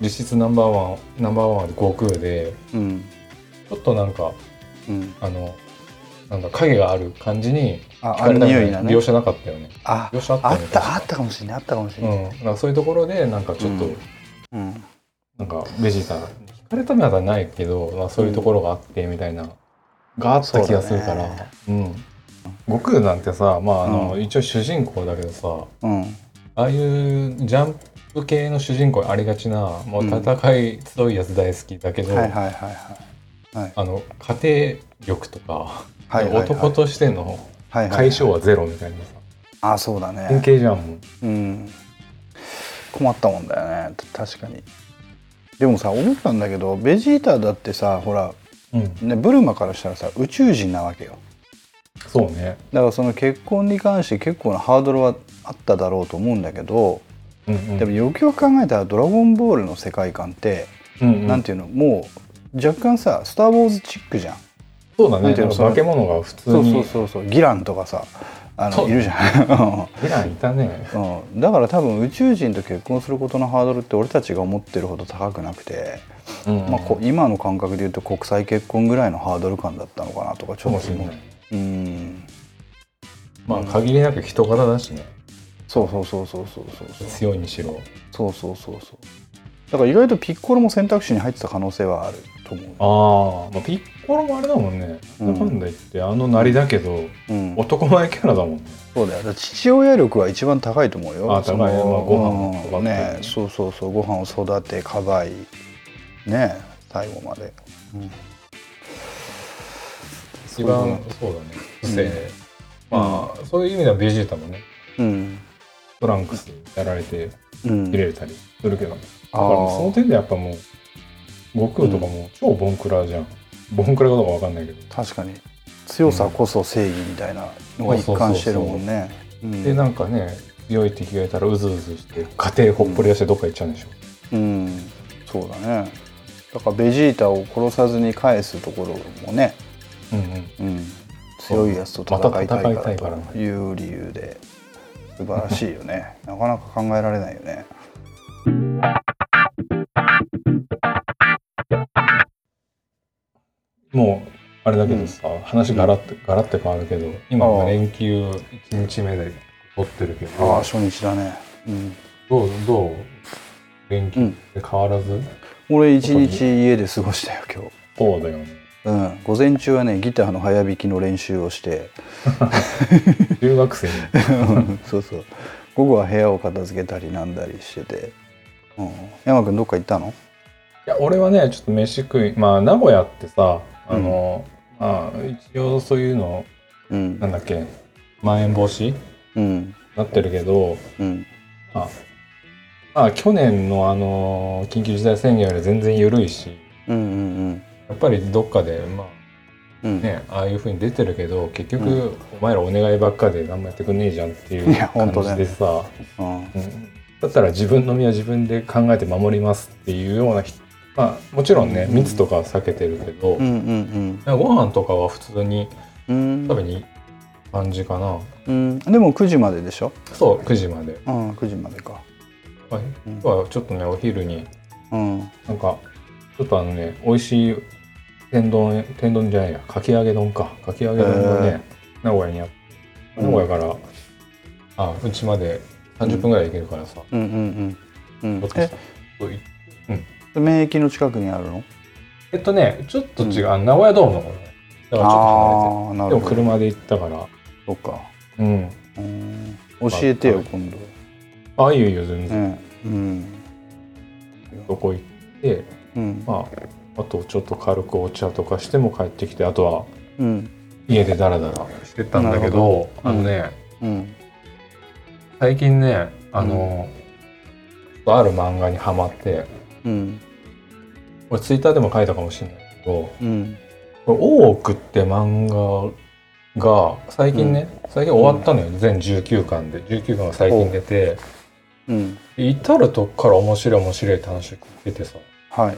[SPEAKER 2] 実質ナンバーワンナンバーワンで悟空で
[SPEAKER 1] うん
[SPEAKER 2] ちょっとなんか
[SPEAKER 1] うん
[SPEAKER 2] あのなんだ影がある感じに
[SPEAKER 1] あ
[SPEAKER 2] 惹かれたみたい
[SPEAKER 1] あの匂いがね
[SPEAKER 2] 描写なかったよね
[SPEAKER 1] あ
[SPEAKER 2] 描写あった
[SPEAKER 1] あ
[SPEAKER 2] よ
[SPEAKER 1] っ
[SPEAKER 2] ね
[SPEAKER 1] たあったかもしれないあったかもし
[SPEAKER 2] う
[SPEAKER 1] れない。
[SPEAKER 2] ん、なんかそういうところでなんかちょっと、
[SPEAKER 1] うんうん
[SPEAKER 2] なんかベジータ惹かれた目はないけど、まあ、そういうところがあってみたいな、があった気がするから
[SPEAKER 1] そうだね
[SPEAKER 2] うん、悟空なんてさ、まああの
[SPEAKER 1] う
[SPEAKER 2] 一応主人公だけどさ
[SPEAKER 1] うん
[SPEAKER 2] ああいうジャンプ系の主人公にありがちなもう戦い強いやつ大好きだけど、
[SPEAKER 1] はいはいはいはいはい
[SPEAKER 2] あの家庭力とか、
[SPEAKER 1] はいはいはい
[SPEAKER 2] 男としての
[SPEAKER 1] はいはい
[SPEAKER 2] 解消はゼロみたいなさ
[SPEAKER 1] あそうだね
[SPEAKER 2] 典型じゃんもん
[SPEAKER 1] うん、困ったもんだよねた確かにでもさ思ったんだけどベジータだってさほら、
[SPEAKER 2] うん、
[SPEAKER 1] ね、ブルマからしたらさ宇宙人なわけよ
[SPEAKER 2] そうね、
[SPEAKER 1] だからその結婚に関して結構なハードルはあっただろうと思うんだけど
[SPEAKER 2] うんうん、
[SPEAKER 1] でもよくよく考えたら「ドラゴンボール」の世界観って、
[SPEAKER 2] うんうん
[SPEAKER 1] なんていうのもう若干さ「スター・ウォーズ」チックじゃん
[SPEAKER 2] そうだね
[SPEAKER 1] なんていうの
[SPEAKER 2] なんか化け物が普通
[SPEAKER 1] そう
[SPEAKER 2] に
[SPEAKER 1] そうそうそうギランとかさあ
[SPEAKER 2] そ
[SPEAKER 1] の
[SPEAKER 2] う
[SPEAKER 1] いるじゃん
[SPEAKER 2] イランいたね
[SPEAKER 1] うん、だから多分宇宙人と結婚することのハードルって俺たちが思ってるほど高くなくて、
[SPEAKER 2] うんうん
[SPEAKER 1] まあ、こ今の感覚で言うと国際結婚ぐらいのハードル感だったのかなとかち
[SPEAKER 2] か
[SPEAKER 1] ょ
[SPEAKER 2] も
[SPEAKER 1] っ
[SPEAKER 2] し
[SPEAKER 1] と
[SPEAKER 2] れ
[SPEAKER 1] 思
[SPEAKER 2] な
[SPEAKER 1] う
[SPEAKER 2] い。
[SPEAKER 1] うん
[SPEAKER 2] まあ限りなく人柄だしね
[SPEAKER 1] そうそうそうそうそうそうそう
[SPEAKER 2] 強いにしろ
[SPEAKER 1] そうそうそうそうだから意外とピッコロも選択肢に入ってた可能性はあると思
[SPEAKER 2] あ、まあピッコロもあれだもんね、
[SPEAKER 1] う
[SPEAKER 2] なんん、だ言ってあのなりだけど
[SPEAKER 1] う、うん、
[SPEAKER 2] 男前キャラだもんね
[SPEAKER 1] そうだよだから父親力は一番高いと思うよ
[SPEAKER 2] あ高い
[SPEAKER 1] その
[SPEAKER 2] まあご飯とか
[SPEAKER 1] うん
[SPEAKER 2] ね
[SPEAKER 1] ねそうそうそうご飯を育てかばいね最後まで、うん
[SPEAKER 2] 一番そうだね不正、まあそういう意味ではベジータもね
[SPEAKER 1] うん
[SPEAKER 2] トランクスやられて
[SPEAKER 1] うん
[SPEAKER 2] 入れたりするけど、だ
[SPEAKER 1] あ
[SPEAKER 2] から
[SPEAKER 1] ー
[SPEAKER 2] その点でやっぱもう悟空とかも超ボンクラじゃん、ボンクラかどうかわかんないけど、
[SPEAKER 1] 確かに強さこそ正義みたいなのが一貫してるもんね。うん
[SPEAKER 2] でなんかね強い敵がいたらうずうずして家庭ほっぽり出してどっか行っちゃうんでしょ、
[SPEAKER 1] うん、そうだね。だからベジータを殺さずに返すところもね、
[SPEAKER 2] うんうん、
[SPEAKER 1] うん、強いやつと戦いたいからという理由で素晴らしいよね。なかなか考えられないよね。
[SPEAKER 2] もあれだけどさ、話ガラッとガラッと変わるけど今
[SPEAKER 1] ああ
[SPEAKER 2] 連休1日目で取ってるけ
[SPEAKER 1] ああ
[SPEAKER 2] ど
[SPEAKER 1] 初日だね、うん、
[SPEAKER 2] どうどう連休
[SPEAKER 1] う
[SPEAKER 2] っ
[SPEAKER 1] ん
[SPEAKER 2] て変わらず、
[SPEAKER 1] 俺一日家で過ごしたよ今日。
[SPEAKER 2] そうだよね
[SPEAKER 1] うん、午前中はねギターの早弾きの練習を して、
[SPEAKER 2] 留学生に
[SPEAKER 1] そうそう午後は部屋を片付けたりなんだりしてて、うん、山君どっか行ったの
[SPEAKER 2] いや俺はねちょっと飯食いまあ名古屋ってさあの、まあ一応そういうの
[SPEAKER 1] う
[SPEAKER 2] なん
[SPEAKER 1] ん
[SPEAKER 2] だっけまん延防止
[SPEAKER 1] うん
[SPEAKER 2] なってるけど
[SPEAKER 1] うん
[SPEAKER 2] あまあ去年のあの緊急事態宣言より全然緩いし
[SPEAKER 1] うんうん
[SPEAKER 2] やっぱりどっかでま
[SPEAKER 1] うんうん
[SPEAKER 2] あねああいうふうに出てるけど結局お前らお願いばっかで何もやってくんねえじゃんっていう
[SPEAKER 1] いや本
[SPEAKER 2] 感
[SPEAKER 1] 当だ
[SPEAKER 2] じ
[SPEAKER 1] よ
[SPEAKER 2] でさ、
[SPEAKER 1] うん
[SPEAKER 2] うんだったら自分の身は自分で考えて守りますっていうような人まあもちろんね密とかは避けてるけど、
[SPEAKER 1] うんうん
[SPEAKER 2] ご飯とかは普通に
[SPEAKER 1] うん
[SPEAKER 2] 食べに行く感じかな
[SPEAKER 1] うんでも9時まででしょ
[SPEAKER 2] そう9時まで
[SPEAKER 1] うん9時までか
[SPEAKER 2] はい
[SPEAKER 1] うん
[SPEAKER 2] 今日はちょっとねお昼に
[SPEAKER 1] うん
[SPEAKER 2] なんかちょっとあのね美味しい天丼天丼じゃないやかき揚げ丼かかき揚げ丼がね、名古屋にあって
[SPEAKER 1] うん
[SPEAKER 2] 名古屋から、あうちまで30分ぐらいで行けるからさ、
[SPEAKER 1] うんうんうんう
[SPEAKER 2] ど
[SPEAKER 1] ん
[SPEAKER 2] っちで
[SPEAKER 1] え
[SPEAKER 2] したそうい
[SPEAKER 1] 免疫の近くにあるの
[SPEAKER 2] えっとねちょっと違う、あの名古屋ドームの方ねだからちょっと
[SPEAKER 1] ああーな
[SPEAKER 2] 離れて
[SPEAKER 1] る
[SPEAKER 2] でも
[SPEAKER 1] ほど
[SPEAKER 2] 車で行ったから
[SPEAKER 1] そっか
[SPEAKER 2] うん
[SPEAKER 1] うん教えてよ今度
[SPEAKER 2] ああいいよいいよ全然、
[SPEAKER 1] ねうん
[SPEAKER 2] どこ行って
[SPEAKER 1] うん
[SPEAKER 2] まあ、あとちょっと軽くお茶とかしても帰ってきてあとは
[SPEAKER 1] うん
[SPEAKER 2] 家でダラダラしてたんだけ
[SPEAKER 1] なる
[SPEAKER 2] ど
[SPEAKER 1] ど
[SPEAKER 2] あのね、
[SPEAKER 1] うん
[SPEAKER 2] 最近ねあの、ある漫画にハマって
[SPEAKER 1] うん
[SPEAKER 2] 俺ツイッターでも書いたかもしれないけど
[SPEAKER 1] うん
[SPEAKER 2] 「これ大奥」って漫画が最近ね、最近終わったのよ、全19巻で19巻が最近出て
[SPEAKER 1] うん
[SPEAKER 2] 至るとこから面白い面白いって話を聞いてさ
[SPEAKER 1] はい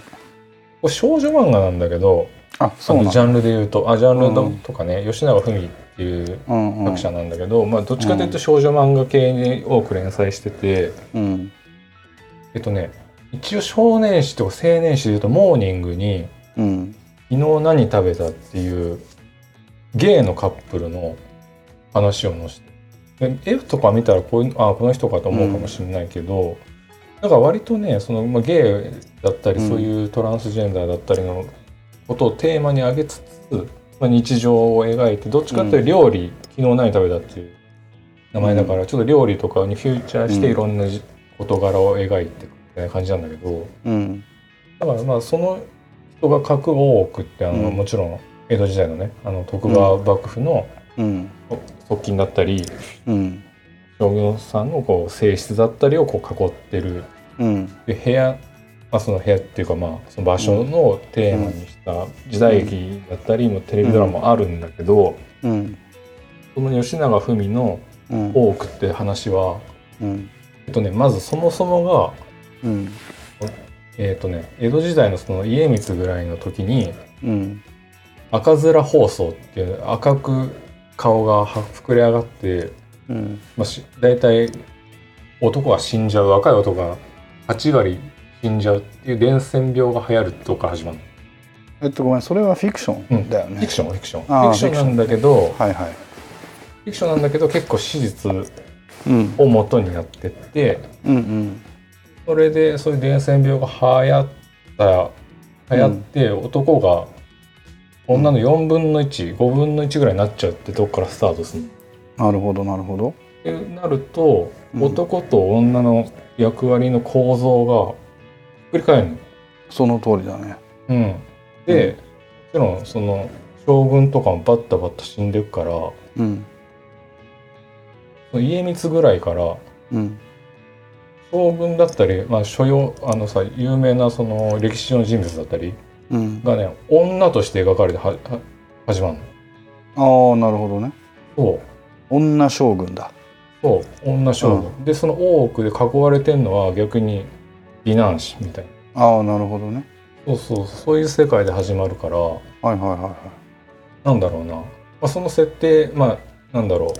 [SPEAKER 2] これ少女漫画なんだけど
[SPEAKER 1] あ
[SPEAKER 2] あ
[SPEAKER 1] そう
[SPEAKER 2] の
[SPEAKER 1] なん
[SPEAKER 2] ジ
[SPEAKER 1] だ
[SPEAKER 2] ャンルで言うとあジャンルの
[SPEAKER 1] うん
[SPEAKER 2] とかね、吉永文っていう
[SPEAKER 1] うんうん
[SPEAKER 2] 作者なんだけど、まあ、どっちかというと少女漫画系に多く連載してて、
[SPEAKER 1] うん
[SPEAKER 2] えっとね一応少年誌とか青年誌でいうと「モーニング」に
[SPEAKER 1] うん
[SPEAKER 2] 「昨日何食べた?」っていうゲイのカップルの話を載せてで絵とか見たらこういうあこの人かと思うかもしれないけど、だから割とねその、まあ、ゲイだったり、
[SPEAKER 1] うん
[SPEAKER 2] そういうトランスジェンダーだったりのことをテーマに上げつつ、まあ、日常を描いてどっちかっていうと料理、昨日何食べたっていう名前だから、ちょっと料理とかにフューチャーして
[SPEAKER 1] うん
[SPEAKER 2] いろんなじ事柄を描いていくみたいな感じなんだけど。
[SPEAKER 1] うん
[SPEAKER 2] だからまあその人が書く大奥ってあの、
[SPEAKER 1] うん
[SPEAKER 2] もちろん江戸時代のねあの徳川幕府の
[SPEAKER 1] うん
[SPEAKER 2] 側近だったり、
[SPEAKER 1] うん
[SPEAKER 2] 将軍さんのこう性質だったりをこう囲ってる
[SPEAKER 1] うん
[SPEAKER 2] で部屋、まあ、その部屋っていうかまあその場所のテーマにした時代劇だったりもテレビドラマもあるんだけど、
[SPEAKER 1] うん
[SPEAKER 2] その吉永文の
[SPEAKER 1] うん
[SPEAKER 2] 大奥って話は、
[SPEAKER 1] うん
[SPEAKER 2] えっとね、まずそもそもが、
[SPEAKER 1] うん
[SPEAKER 2] えっとね、江戸時代のその家光ぐらいの時に
[SPEAKER 1] うん
[SPEAKER 2] 赤面包装っていう赤く顔がは膨れ上がって、
[SPEAKER 1] うん
[SPEAKER 2] まあ、し大体男が死んじゃう若い男が8割死んじゃうっていう伝染病が流行るとこから始まるの
[SPEAKER 1] えっとごめんそれはフィクショ
[SPEAKER 2] う
[SPEAKER 1] ン
[SPEAKER 2] ん
[SPEAKER 1] だよ
[SPEAKER 2] フィ
[SPEAKER 1] ね
[SPEAKER 2] クションはフィクションフ
[SPEAKER 1] あ
[SPEAKER 2] ィ
[SPEAKER 1] あ
[SPEAKER 2] クションなんだけどフ
[SPEAKER 1] はいはい
[SPEAKER 2] ィクションなんだけど結構史実
[SPEAKER 1] うん
[SPEAKER 2] を元になってって
[SPEAKER 1] うんうん
[SPEAKER 2] それでそういう伝染病が流行った流行って男が女の4分の15分の1ぐらいになっちゃうってとこからスタートするの
[SPEAKER 1] なるほどなるほど
[SPEAKER 2] ってなると、
[SPEAKER 1] うん
[SPEAKER 2] 男と女の役割の構造がひっくり返るの。
[SPEAKER 1] その通りだね
[SPEAKER 2] うん、で、もちろんその将軍とかもバッタバッタ死んでいくからそ
[SPEAKER 1] うん
[SPEAKER 2] の家光ぐらいから
[SPEAKER 1] うん
[SPEAKER 2] 将軍だったり、まあ、所要あのさ有名なその歴史上の人物だったり
[SPEAKER 1] うん
[SPEAKER 2] がね女として描かれてはは始まるの。
[SPEAKER 1] ああなるほどね
[SPEAKER 2] そう
[SPEAKER 1] 女将軍だ
[SPEAKER 2] そう女将軍、でその大奥で囲われてるのは逆に美男子みたいな
[SPEAKER 1] ああなるほどね
[SPEAKER 2] そうそうそういう世界で始まるから。
[SPEAKER 1] はいはいはいは
[SPEAKER 2] なんだろうな、まあ、その設定まあなんだろ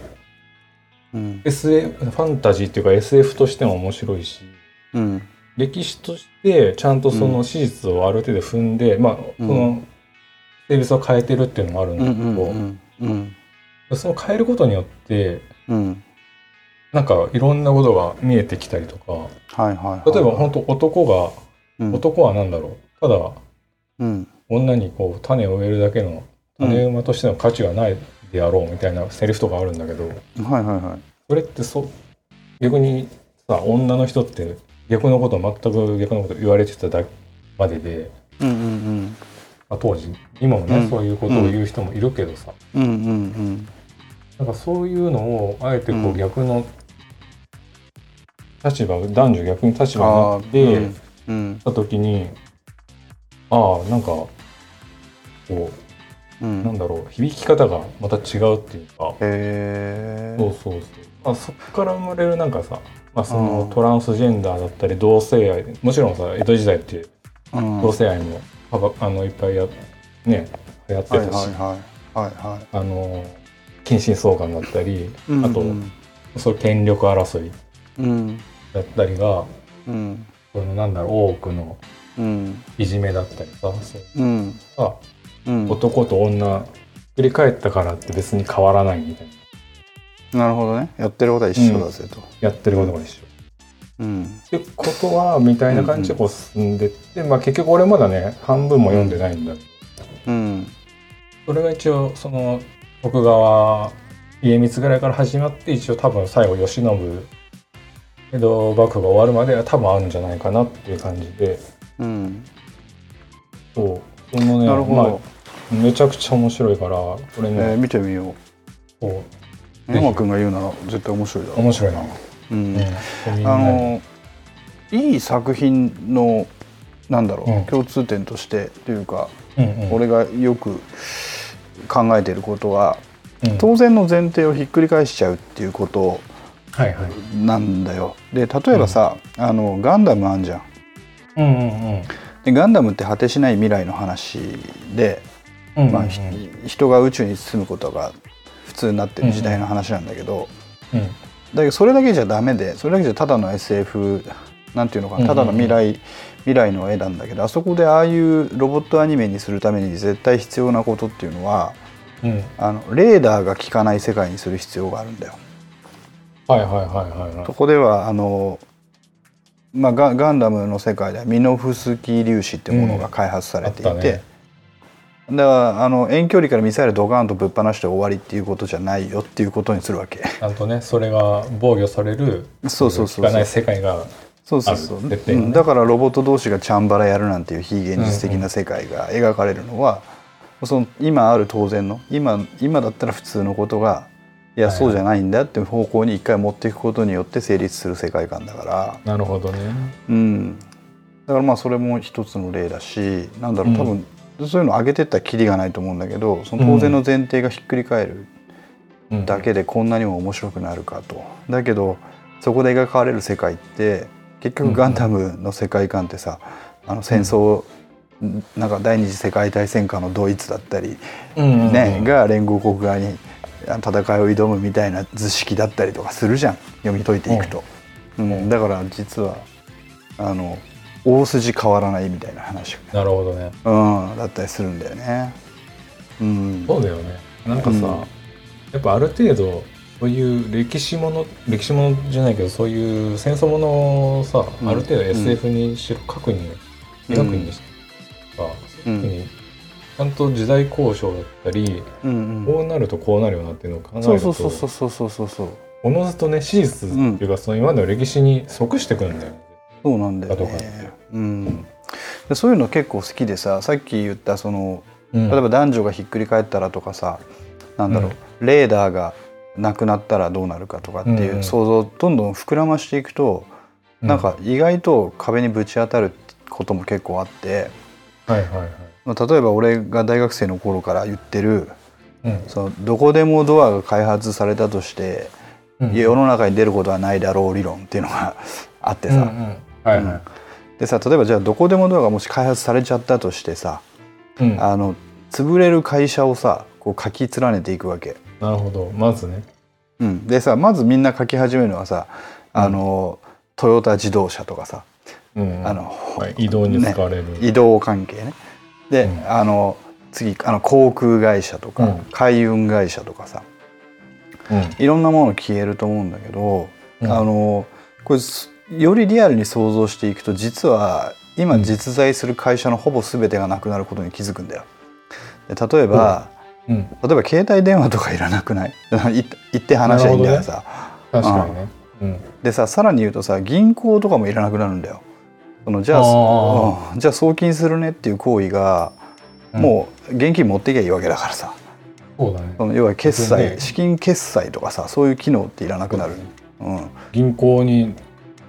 [SPEAKER 1] いうん
[SPEAKER 2] SF ファンタジーっていうか SF としても面白いし
[SPEAKER 1] うん
[SPEAKER 2] 歴史としてちゃんとそうの史実をある程度踏んで、まあその性別を変えてるっていうのもあるんだ
[SPEAKER 1] うん
[SPEAKER 2] け
[SPEAKER 1] う
[SPEAKER 2] ど、
[SPEAKER 1] んうんうん
[SPEAKER 2] その変えることによって
[SPEAKER 1] うん
[SPEAKER 2] なんかいろんなことが見えてきたりとか
[SPEAKER 1] はいはいはい
[SPEAKER 2] 例えば本当男が、
[SPEAKER 1] うん
[SPEAKER 2] 男は何だろうただ
[SPEAKER 1] うん
[SPEAKER 2] 女にこう種を植えるだけの種馬としての価値がないであろうみたいなセリフとかあるんだけど
[SPEAKER 1] はいはいはい
[SPEAKER 2] それってそ逆にさ女の人って逆のこと全く逆のこと言われてただまでで、
[SPEAKER 1] うんうん
[SPEAKER 2] まあ、当時今もね、
[SPEAKER 1] うん
[SPEAKER 2] そういうことを言う人もいるけどさ、
[SPEAKER 1] うんうんうん
[SPEAKER 2] なんかそういうのをあえてこ
[SPEAKER 1] う
[SPEAKER 2] う
[SPEAKER 1] ん
[SPEAKER 2] 逆の立場、男女逆に立
[SPEAKER 1] うんあ
[SPEAKER 2] 場になって、
[SPEAKER 1] ーうんうん
[SPEAKER 2] た時にああなんかこう
[SPEAKER 1] う
[SPEAKER 2] なんんだろう響き方がまた違うっていうか、
[SPEAKER 1] へ
[SPEAKER 2] そう
[SPEAKER 1] ー
[SPEAKER 2] そうそう、まあ、そこから生まれるなんかさ、まあ、そ
[SPEAKER 1] うん
[SPEAKER 2] のトランスジェンダーだったり同性愛もちろんさ江戸時代って
[SPEAKER 1] うん
[SPEAKER 2] 同性愛も幅あのいっぱいやね流行って
[SPEAKER 1] はい
[SPEAKER 2] た
[SPEAKER 1] は
[SPEAKER 2] し、
[SPEAKER 1] いはいはいはい
[SPEAKER 2] あの近親相関だったり
[SPEAKER 1] うん
[SPEAKER 2] あと
[SPEAKER 1] うん
[SPEAKER 2] そういう権力争い
[SPEAKER 1] うん
[SPEAKER 2] だったりが
[SPEAKER 1] うん
[SPEAKER 2] そのなんだろう多くの
[SPEAKER 1] うん
[SPEAKER 2] いじめだったりさそう
[SPEAKER 1] うん
[SPEAKER 2] さ
[SPEAKER 1] うん
[SPEAKER 2] 男と女振り返ったからって別に変わらないみたいな
[SPEAKER 1] なるほどねやってることは一緒だぜと
[SPEAKER 2] やってることが一緒。
[SPEAKER 1] うん
[SPEAKER 2] ってことはみたいな感じでこう進んでって、まあ、結局俺まだね半分も読んでないんだけど
[SPEAKER 1] うん
[SPEAKER 2] それが一応その徳川家光ぐらいから始まって一応多分最後慶喜江戸幕府が終わるまでは多分あるんじゃないかなっていう感じで
[SPEAKER 1] うん
[SPEAKER 2] そうそのね
[SPEAKER 1] なるほど
[SPEAKER 2] まあ、めちゃくちゃ面白いからこれ
[SPEAKER 1] え
[SPEAKER 2] ね、
[SPEAKER 1] ー見てみよ
[SPEAKER 2] こ
[SPEAKER 1] う
[SPEAKER 2] ぜひ
[SPEAKER 1] 山君が言うなら絶対面白いだ
[SPEAKER 2] う
[SPEAKER 1] ろ
[SPEAKER 2] 面白いな、
[SPEAKER 1] う
[SPEAKER 2] うんん、あ
[SPEAKER 1] あのいい作品のなんだろう、
[SPEAKER 2] うん
[SPEAKER 1] 共通点としてというか、
[SPEAKER 2] うんうん、
[SPEAKER 1] 俺がよく考えてることは
[SPEAKER 2] うん
[SPEAKER 1] 当然の前提をひっくり返しちゃうっていうこと
[SPEAKER 2] はいはい
[SPEAKER 1] なんだよ。で例えばさ、あのガンダムあんじゃん。
[SPEAKER 2] うんうん
[SPEAKER 1] でガンダムって果てしない未来の話で、
[SPEAKER 2] うん
[SPEAKER 1] まあ
[SPEAKER 2] うん
[SPEAKER 1] ひ人が宇宙に進むことが普通になってる時代の話なんだけど、
[SPEAKER 2] うん
[SPEAKER 1] だけどそれだけじゃダメでそれだけじゃただの SF なんていうのかなただの未来、未来の絵なんだけどあそこでああいうロボットアニメにするために絶対必要なことっていうのは
[SPEAKER 2] うん
[SPEAKER 1] あのレーダーが効かない世界にする必要があるんだよ。
[SPEAKER 2] はいはいはいはいはい
[SPEAKER 1] そこではあのまあ、ガガンダムの世界ではミノフスキー粒子ってものが開発されていて、
[SPEAKER 2] うんあったね
[SPEAKER 1] だからあの遠距離からミサイルドカーンとぶっ放して終わりっていうことじゃないよっていうことにするわ け
[SPEAKER 2] ちゃんとねそれが防御される
[SPEAKER 1] そうそうそうそう
[SPEAKER 2] 聞かない世界が
[SPEAKER 1] そうそうそう、
[SPEAKER 2] ある設定がね
[SPEAKER 1] うんだからロボット同士がチャンバラやるなんていう非現実的な世界が描かれるのは、その今ある当然の今今だったら普通のことがいや
[SPEAKER 2] はいはい
[SPEAKER 1] そうじゃないんだっていう方向に一回持っていくことによって成立する世界観だから、
[SPEAKER 2] なるほどね
[SPEAKER 1] うん、だからまあそれも一つの例だしなんだろう
[SPEAKER 2] うん
[SPEAKER 1] 多分、そういうの上げてったらキリがないと思うんだけどその当然の前提がひっくり返る
[SPEAKER 2] うん
[SPEAKER 1] だけでこんなにも面白くなるかと。だけどそこで描かれる世界って結局ガンダムの世界観ってさ、あの戦争、なんか第二次世界大戦下のドイツだったり、
[SPEAKER 2] うんうん
[SPEAKER 1] ねが連合国側にあの戦いを挑むみたいな図式だったりとかするじゃん読み解いていくと。うんだから実はあの大筋変わらないみたいな話、
[SPEAKER 2] なるほどね
[SPEAKER 1] うん、だったりするんだよね。うん、
[SPEAKER 2] そうだよねなんかさ、
[SPEAKER 1] うん
[SPEAKER 2] やっぱある程度そういう歴史もの歴史ものじゃないけどそういう戦争ものをさ、
[SPEAKER 1] うん
[SPEAKER 2] ある程度 SF にしろ書くに描くにしろさ、そういうふうにちゃんと時代交渉だったり、
[SPEAKER 1] うんうん
[SPEAKER 2] こうなるとこうなるよなっていうのを考えると
[SPEAKER 1] そうそうそうそうそうそうそうそう
[SPEAKER 2] おのずとね史実っていうか、その今までの歴史に即してくるんだよね。
[SPEAKER 1] そうなんだよ
[SPEAKER 2] だとかっ
[SPEAKER 1] ね。うん、でそういうの結構好きでささっき言ったその
[SPEAKER 2] うん
[SPEAKER 1] 例えば男女がひっくり返ったらとかさなんだろう、レーダーがなくなったらどうなるかとかってい
[SPEAKER 2] うんう
[SPEAKER 1] うん想像をどんどん膨らましていくと、
[SPEAKER 2] うん
[SPEAKER 1] なんか意外と壁にぶち当たることも結構あって
[SPEAKER 2] はいはいはい。
[SPEAKER 1] まあ例えば俺が大学生の頃から言ってる
[SPEAKER 2] うん
[SPEAKER 1] そのどこでもドアが開発されたとして、
[SPEAKER 2] うん
[SPEAKER 1] 世の中に出ることはないだろう理論っていうのがあって
[SPEAKER 2] うんう
[SPEAKER 1] さ、
[SPEAKER 2] んはいは
[SPEAKER 1] でさ例えばじゃあどこでもドアがもし開発されちゃったとしてさ、
[SPEAKER 2] い。うんな
[SPEAKER 1] あの潰れる会社をさこう書き連ねていくわけ。
[SPEAKER 2] るほど。まずね。
[SPEAKER 1] うん、でさまずみんな書き始めるのはさあの、トヨタ自動車とかさ
[SPEAKER 2] うん
[SPEAKER 1] あの、
[SPEAKER 2] はい移動に使われる。
[SPEAKER 1] 移動関係ね。で、
[SPEAKER 2] うん
[SPEAKER 1] あの次あの航空会社とか、
[SPEAKER 2] うん
[SPEAKER 1] 海運会社とかさ
[SPEAKER 2] うん
[SPEAKER 1] いろんなもの消えると思うんだけど、
[SPEAKER 2] うん
[SPEAKER 1] あのこれすよりリアルに想像していくと実は今
[SPEAKER 2] うん
[SPEAKER 1] 実在する会社のほぼ全てがなくなることに気づくんだよ。で例えば、
[SPEAKER 2] うん
[SPEAKER 1] 例えば携帯電話とかいらなくない い言って話はいいんだからさ、
[SPEAKER 2] 確かにねうん
[SPEAKER 1] でささらに言うとさ銀行とかもいらなくなるんだよ。そのじゃあ
[SPEAKER 2] あ
[SPEAKER 1] うんじゃあ送金するねっていう行為が、
[SPEAKER 2] うん
[SPEAKER 1] もう現金持っていけばいいわけだからさ
[SPEAKER 2] そうだね
[SPEAKER 1] その要は決
[SPEAKER 2] そう
[SPEAKER 1] 済
[SPEAKER 2] ね
[SPEAKER 1] 資金決済とかさそういう機能っていらなくなる、うん、
[SPEAKER 2] 銀行に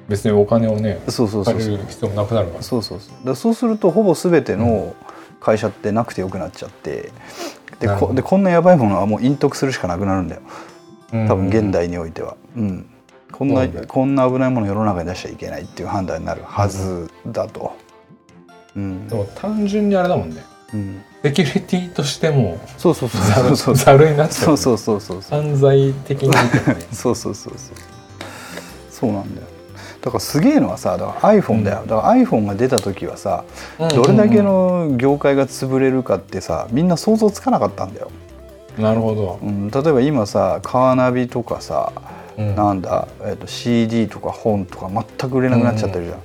[SPEAKER 2] 別にお金をね
[SPEAKER 1] そうそうそう
[SPEAKER 2] 借
[SPEAKER 1] そう
[SPEAKER 2] りる必要もなくなるから
[SPEAKER 1] そうそうそうだからそうするとほぼ全ての会社ってなくてよくなっちゃってで
[SPEAKER 2] なるほ
[SPEAKER 1] こ
[SPEAKER 2] ど
[SPEAKER 1] でこんなやばいものはもう隠匿するしかなくなるんだよ
[SPEAKER 2] うん
[SPEAKER 1] 多分現代においては、うん、こん
[SPEAKER 2] そ
[SPEAKER 1] な
[SPEAKER 2] うなんだよ
[SPEAKER 1] こんな危ないものを世の中に出しちゃいけないっていう判断になるはずだと。うん
[SPEAKER 2] でも単純にあれだもんね
[SPEAKER 1] うん、
[SPEAKER 2] セキュリティとしても
[SPEAKER 1] そうそうそう
[SPEAKER 2] ざ
[SPEAKER 1] そう
[SPEAKER 2] る
[SPEAKER 1] そう
[SPEAKER 2] ざるになっちゃう
[SPEAKER 1] そ
[SPEAKER 2] よ
[SPEAKER 1] う
[SPEAKER 2] ね
[SPEAKER 1] そうそうそうそう
[SPEAKER 2] 犯罪的に見てもね
[SPEAKER 1] そうそうそうそうそうなんだよだからすげえのはさだから iPhone だよ、だから iPhone が出た時はさ
[SPEAKER 2] うん
[SPEAKER 1] どれだけの業界が潰れるかってさみんな想像つかなかったんだよ、
[SPEAKER 2] なるほど
[SPEAKER 1] うん、例えば今さカーナビとかさ
[SPEAKER 2] うん
[SPEAKER 1] なんだ、えっと CD とか本とか全く売れなくなっちゃってるじゃん、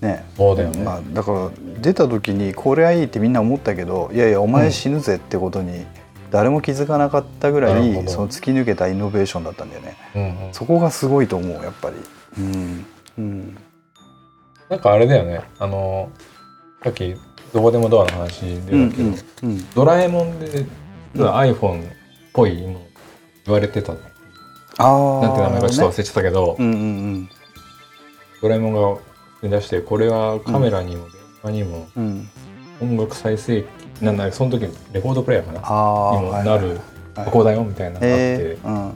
[SPEAKER 1] ね
[SPEAKER 2] そうだよね
[SPEAKER 1] まあ、だから出た時にこれはいいってみんな思ったけどいやいやお
[SPEAKER 2] う
[SPEAKER 1] 前
[SPEAKER 2] ん
[SPEAKER 1] 死ぬぜってことに誰も気づかなかったぐら、
[SPEAKER 2] ないるほど
[SPEAKER 1] その突き抜けたイノベーションだったんだよね
[SPEAKER 2] うんうん
[SPEAKER 1] そこがすごいと思うやっぱりうん、うん、
[SPEAKER 2] なんかあれだよねあのさっきどこでもドアの話
[SPEAKER 1] う
[SPEAKER 2] 出
[SPEAKER 1] ん
[SPEAKER 2] たけど、
[SPEAKER 1] うん
[SPEAKER 2] ドラえもんで実は iPhone っぽいの言われてたなんて
[SPEAKER 1] ああ
[SPEAKER 2] 名前かちょっと忘れちゃったけど、
[SPEAKER 1] うんうん
[SPEAKER 2] ドラえもんが出してこれはカメラにも電話にも
[SPEAKER 1] うんうん
[SPEAKER 2] 音楽再生機なんだその時レコードプレイヤーかな
[SPEAKER 1] ああ
[SPEAKER 2] にもなる箱だよみたいなのがあって、
[SPEAKER 1] えー、うん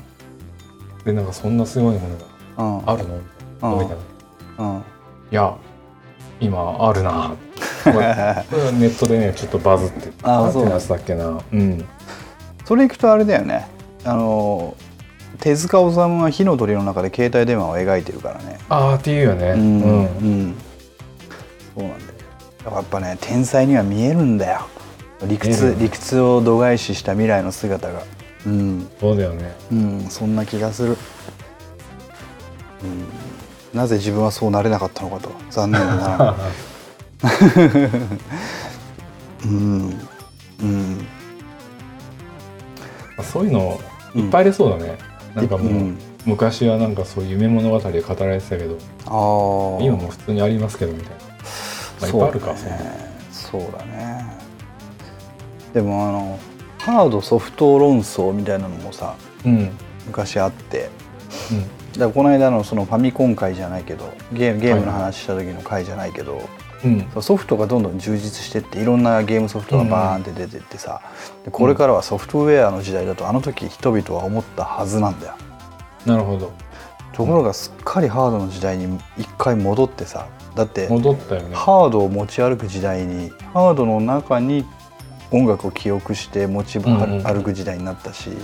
[SPEAKER 2] でなんかそんなすごいものが
[SPEAKER 1] うん
[SPEAKER 2] あるのみ
[SPEAKER 1] うん
[SPEAKER 2] たいな、い
[SPEAKER 1] うん
[SPEAKER 2] や今あるなこれはネットでねちょっとバズって
[SPEAKER 1] あ
[SPEAKER 2] な
[SPEAKER 1] ー
[SPEAKER 2] んて
[SPEAKER 1] そう
[SPEAKER 2] やつだっけなうん
[SPEAKER 1] それいくとあれだよねあの手塚治虫は火の鳥の中で携帯電話を描いてるからね
[SPEAKER 2] ああっていうよね
[SPEAKER 1] うん
[SPEAKER 2] うん
[SPEAKER 1] うんそうなんだよだからやっぱね天才には見えるんだよ理
[SPEAKER 2] 見え
[SPEAKER 1] 屈
[SPEAKER 2] る
[SPEAKER 1] 理屈を度外視した未来の姿がうん、
[SPEAKER 2] そうだよね
[SPEAKER 1] うん、そんな気がする、うん、なぜ自分はそうなれなかったのかと残念だ な うんうん
[SPEAKER 2] そういうのいっぱいありそうだね、なんかもう、
[SPEAKER 1] うん
[SPEAKER 2] 昔はなんかそういう夢物語で語られてたけど
[SPEAKER 1] ああ
[SPEAKER 2] 今もう普通にありますけどみたいな、まあ、いっぱいあるかそ,、
[SPEAKER 1] そうだねそうだねでもあのハードソフト論争みたいなのもさ
[SPEAKER 2] ううん、うん、
[SPEAKER 1] 昔あってだからこの間のそのファミコン会じゃないけどゲームゲームの話した時の会じゃないけど、
[SPEAKER 2] うん
[SPEAKER 1] ソフトがどんどん充実してっていろんなゲームソフトがバーンって出てってさ、でこれからはソフトウェアの時代だとあの時人々は思ったはずなんだよ
[SPEAKER 2] なるほど
[SPEAKER 1] ところがすっかりハードの時代に一回戻ってさだって
[SPEAKER 2] 戻ったよね
[SPEAKER 1] ハードを持ち歩く時代にハードの中に音楽を記憶して持ち
[SPEAKER 2] んうん
[SPEAKER 1] 歩く時代になったし、
[SPEAKER 2] そ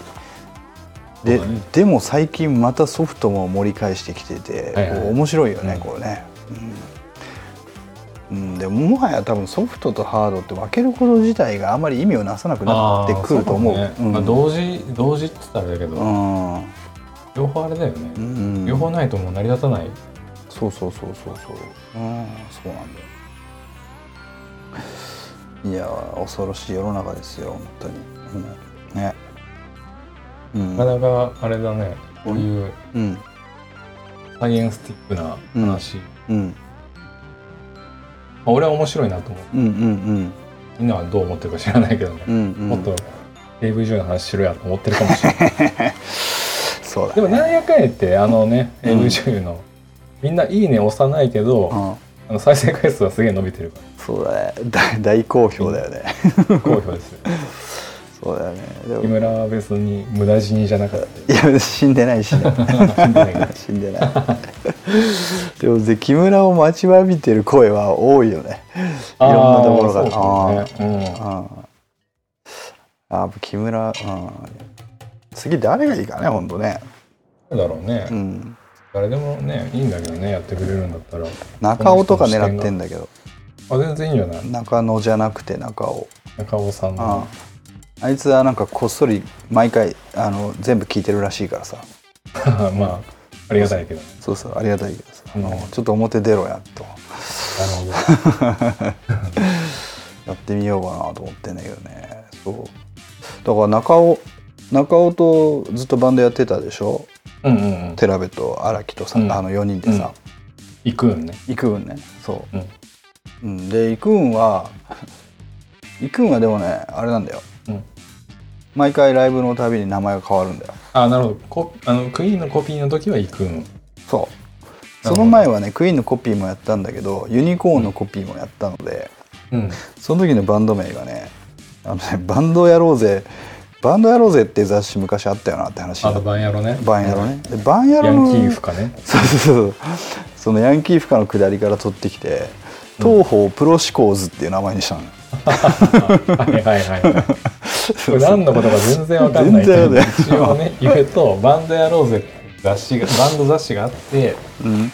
[SPEAKER 2] う
[SPEAKER 1] で
[SPEAKER 2] だね
[SPEAKER 1] でも最近またソフトも盛り返してきてて、
[SPEAKER 2] はいはい
[SPEAKER 1] こう面白いよね、
[SPEAKER 2] うん
[SPEAKER 1] こうね。うんうんでももはや多分ソフトとハードって分けること自体があまり意味をなさなくなってくると思
[SPEAKER 2] あ
[SPEAKER 1] う。
[SPEAKER 2] ーそだ
[SPEAKER 1] う
[SPEAKER 2] ね
[SPEAKER 1] ん
[SPEAKER 2] まあ、同時同時って言ったらあれだけど、
[SPEAKER 1] うん
[SPEAKER 2] 両方あれだよね、
[SPEAKER 1] うん
[SPEAKER 2] 両方ないともう成り立たない
[SPEAKER 1] そうそうそうそうそう。うん、そうなんだよ。いやー、恐ろしい世の中ですよ、本当に。うん、ね。うん。
[SPEAKER 2] なかなかあれだねこういう
[SPEAKER 1] うん。
[SPEAKER 2] サイエンスティックな話、ま
[SPEAKER 1] うん。
[SPEAKER 2] あ、俺は面白いなと思う
[SPEAKER 1] うん。うん。
[SPEAKER 2] みんなはどう思ってるか知らないけどね
[SPEAKER 1] うん。う、ん。
[SPEAKER 2] もっと AV 上の話しろやと思ってるかもしれない
[SPEAKER 1] そうだ、
[SPEAKER 2] で
[SPEAKER 1] ね。
[SPEAKER 2] もなんやかんやってあのね、
[SPEAKER 1] うん
[SPEAKER 2] AV 女優のみんな「いいね」押さないけど、
[SPEAKER 1] うん。
[SPEAKER 2] あの再生回数はすげえ伸びてるか
[SPEAKER 1] そうだね。大、大好評だよね。
[SPEAKER 2] ら好評ですよ
[SPEAKER 1] そうだよね。で
[SPEAKER 2] 木
[SPEAKER 1] も。
[SPEAKER 2] 村は別に無駄死にじゃな かった
[SPEAKER 1] いや、死んでないし、ね。
[SPEAKER 2] 死んでないけど
[SPEAKER 1] 死んでない。でも、で、木村を待ちわびてる声は多いよね。いろんなところが
[SPEAKER 2] あーそうだねうん
[SPEAKER 1] ああ木村、うん、次誰がいいかね本当ね、
[SPEAKER 2] そうだろうね、
[SPEAKER 1] うん、
[SPEAKER 2] 誰でもねいいんだけどねやってくれるんだったら
[SPEAKER 1] 中尾とか狙ってんだけど
[SPEAKER 2] あ全然いいんじゃない
[SPEAKER 1] 中野じゃなくて中尾
[SPEAKER 2] 中尾さん
[SPEAKER 1] あ
[SPEAKER 2] の
[SPEAKER 1] ああいつはなんかこっそり毎回あの全部聞いてるらしいからさ
[SPEAKER 2] まあありがたいけどね
[SPEAKER 1] そうそうありがたいけどさ、あの
[SPEAKER 2] うん
[SPEAKER 1] ちょっと表出ろやと
[SPEAKER 2] なるほど
[SPEAKER 1] やってみようかなと思ってんだけどねそうだから中尾中尾とずっとバンドやってたでしょ
[SPEAKER 2] うんうんうん
[SPEAKER 1] 寺部と荒木とさ、
[SPEAKER 2] うん
[SPEAKER 1] あの4人でさ、
[SPEAKER 2] 行くんね
[SPEAKER 1] イクーンねそ
[SPEAKER 2] うん
[SPEAKER 1] う、うん、でイクーンはイクーンはでもねあれなんだよ
[SPEAKER 2] うん
[SPEAKER 1] 毎回ライブのたびに名前が変わるんだよ
[SPEAKER 2] あなるほどこあのクイーンのコピーの時は行くん
[SPEAKER 1] そう
[SPEAKER 2] なるほど
[SPEAKER 1] その前はねクイーンのコピーもやったんだけどユニコーンのコピーもやったので、
[SPEAKER 2] うん
[SPEAKER 1] その時のバンド名がねあのねバンドやろうぜバンドやろうぜっていう雑誌昔あったよなって話
[SPEAKER 2] あ
[SPEAKER 1] に
[SPEAKER 2] と
[SPEAKER 1] な
[SPEAKER 2] バ
[SPEAKER 1] って
[SPEAKER 2] ンヤロね
[SPEAKER 1] バンヤロねでバンヤ
[SPEAKER 2] ヤ
[SPEAKER 1] ロ
[SPEAKER 2] ン
[SPEAKER 1] の
[SPEAKER 2] キーフかね
[SPEAKER 1] そうそうそうそのヤンキーフカの下りから取ってきて東方プロシコーズっていう名前にしたのよ、
[SPEAKER 2] はいはいはいはい。これ何のことか全然わかんないけ
[SPEAKER 1] 全然
[SPEAKER 2] ど、
[SPEAKER 1] わかんな
[SPEAKER 2] 一応
[SPEAKER 1] い
[SPEAKER 2] ね、言うと、バンドやろうぜって雑誌が、バンド雑誌があって、
[SPEAKER 1] うん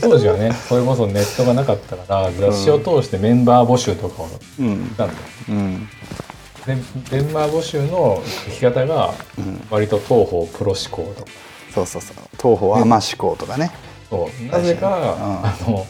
[SPEAKER 2] 当当時はね、それこそネットがなかったから、雑誌を通してメンバー募集とかを
[SPEAKER 1] うん
[SPEAKER 2] したんだよ。
[SPEAKER 1] うん
[SPEAKER 2] で、メンバー募集の書き方が、割と東方プロ志向とか、
[SPEAKER 1] そうそうそう東方アマシコーとかね
[SPEAKER 2] そうなぜか、あ
[SPEAKER 1] 確
[SPEAKER 2] の、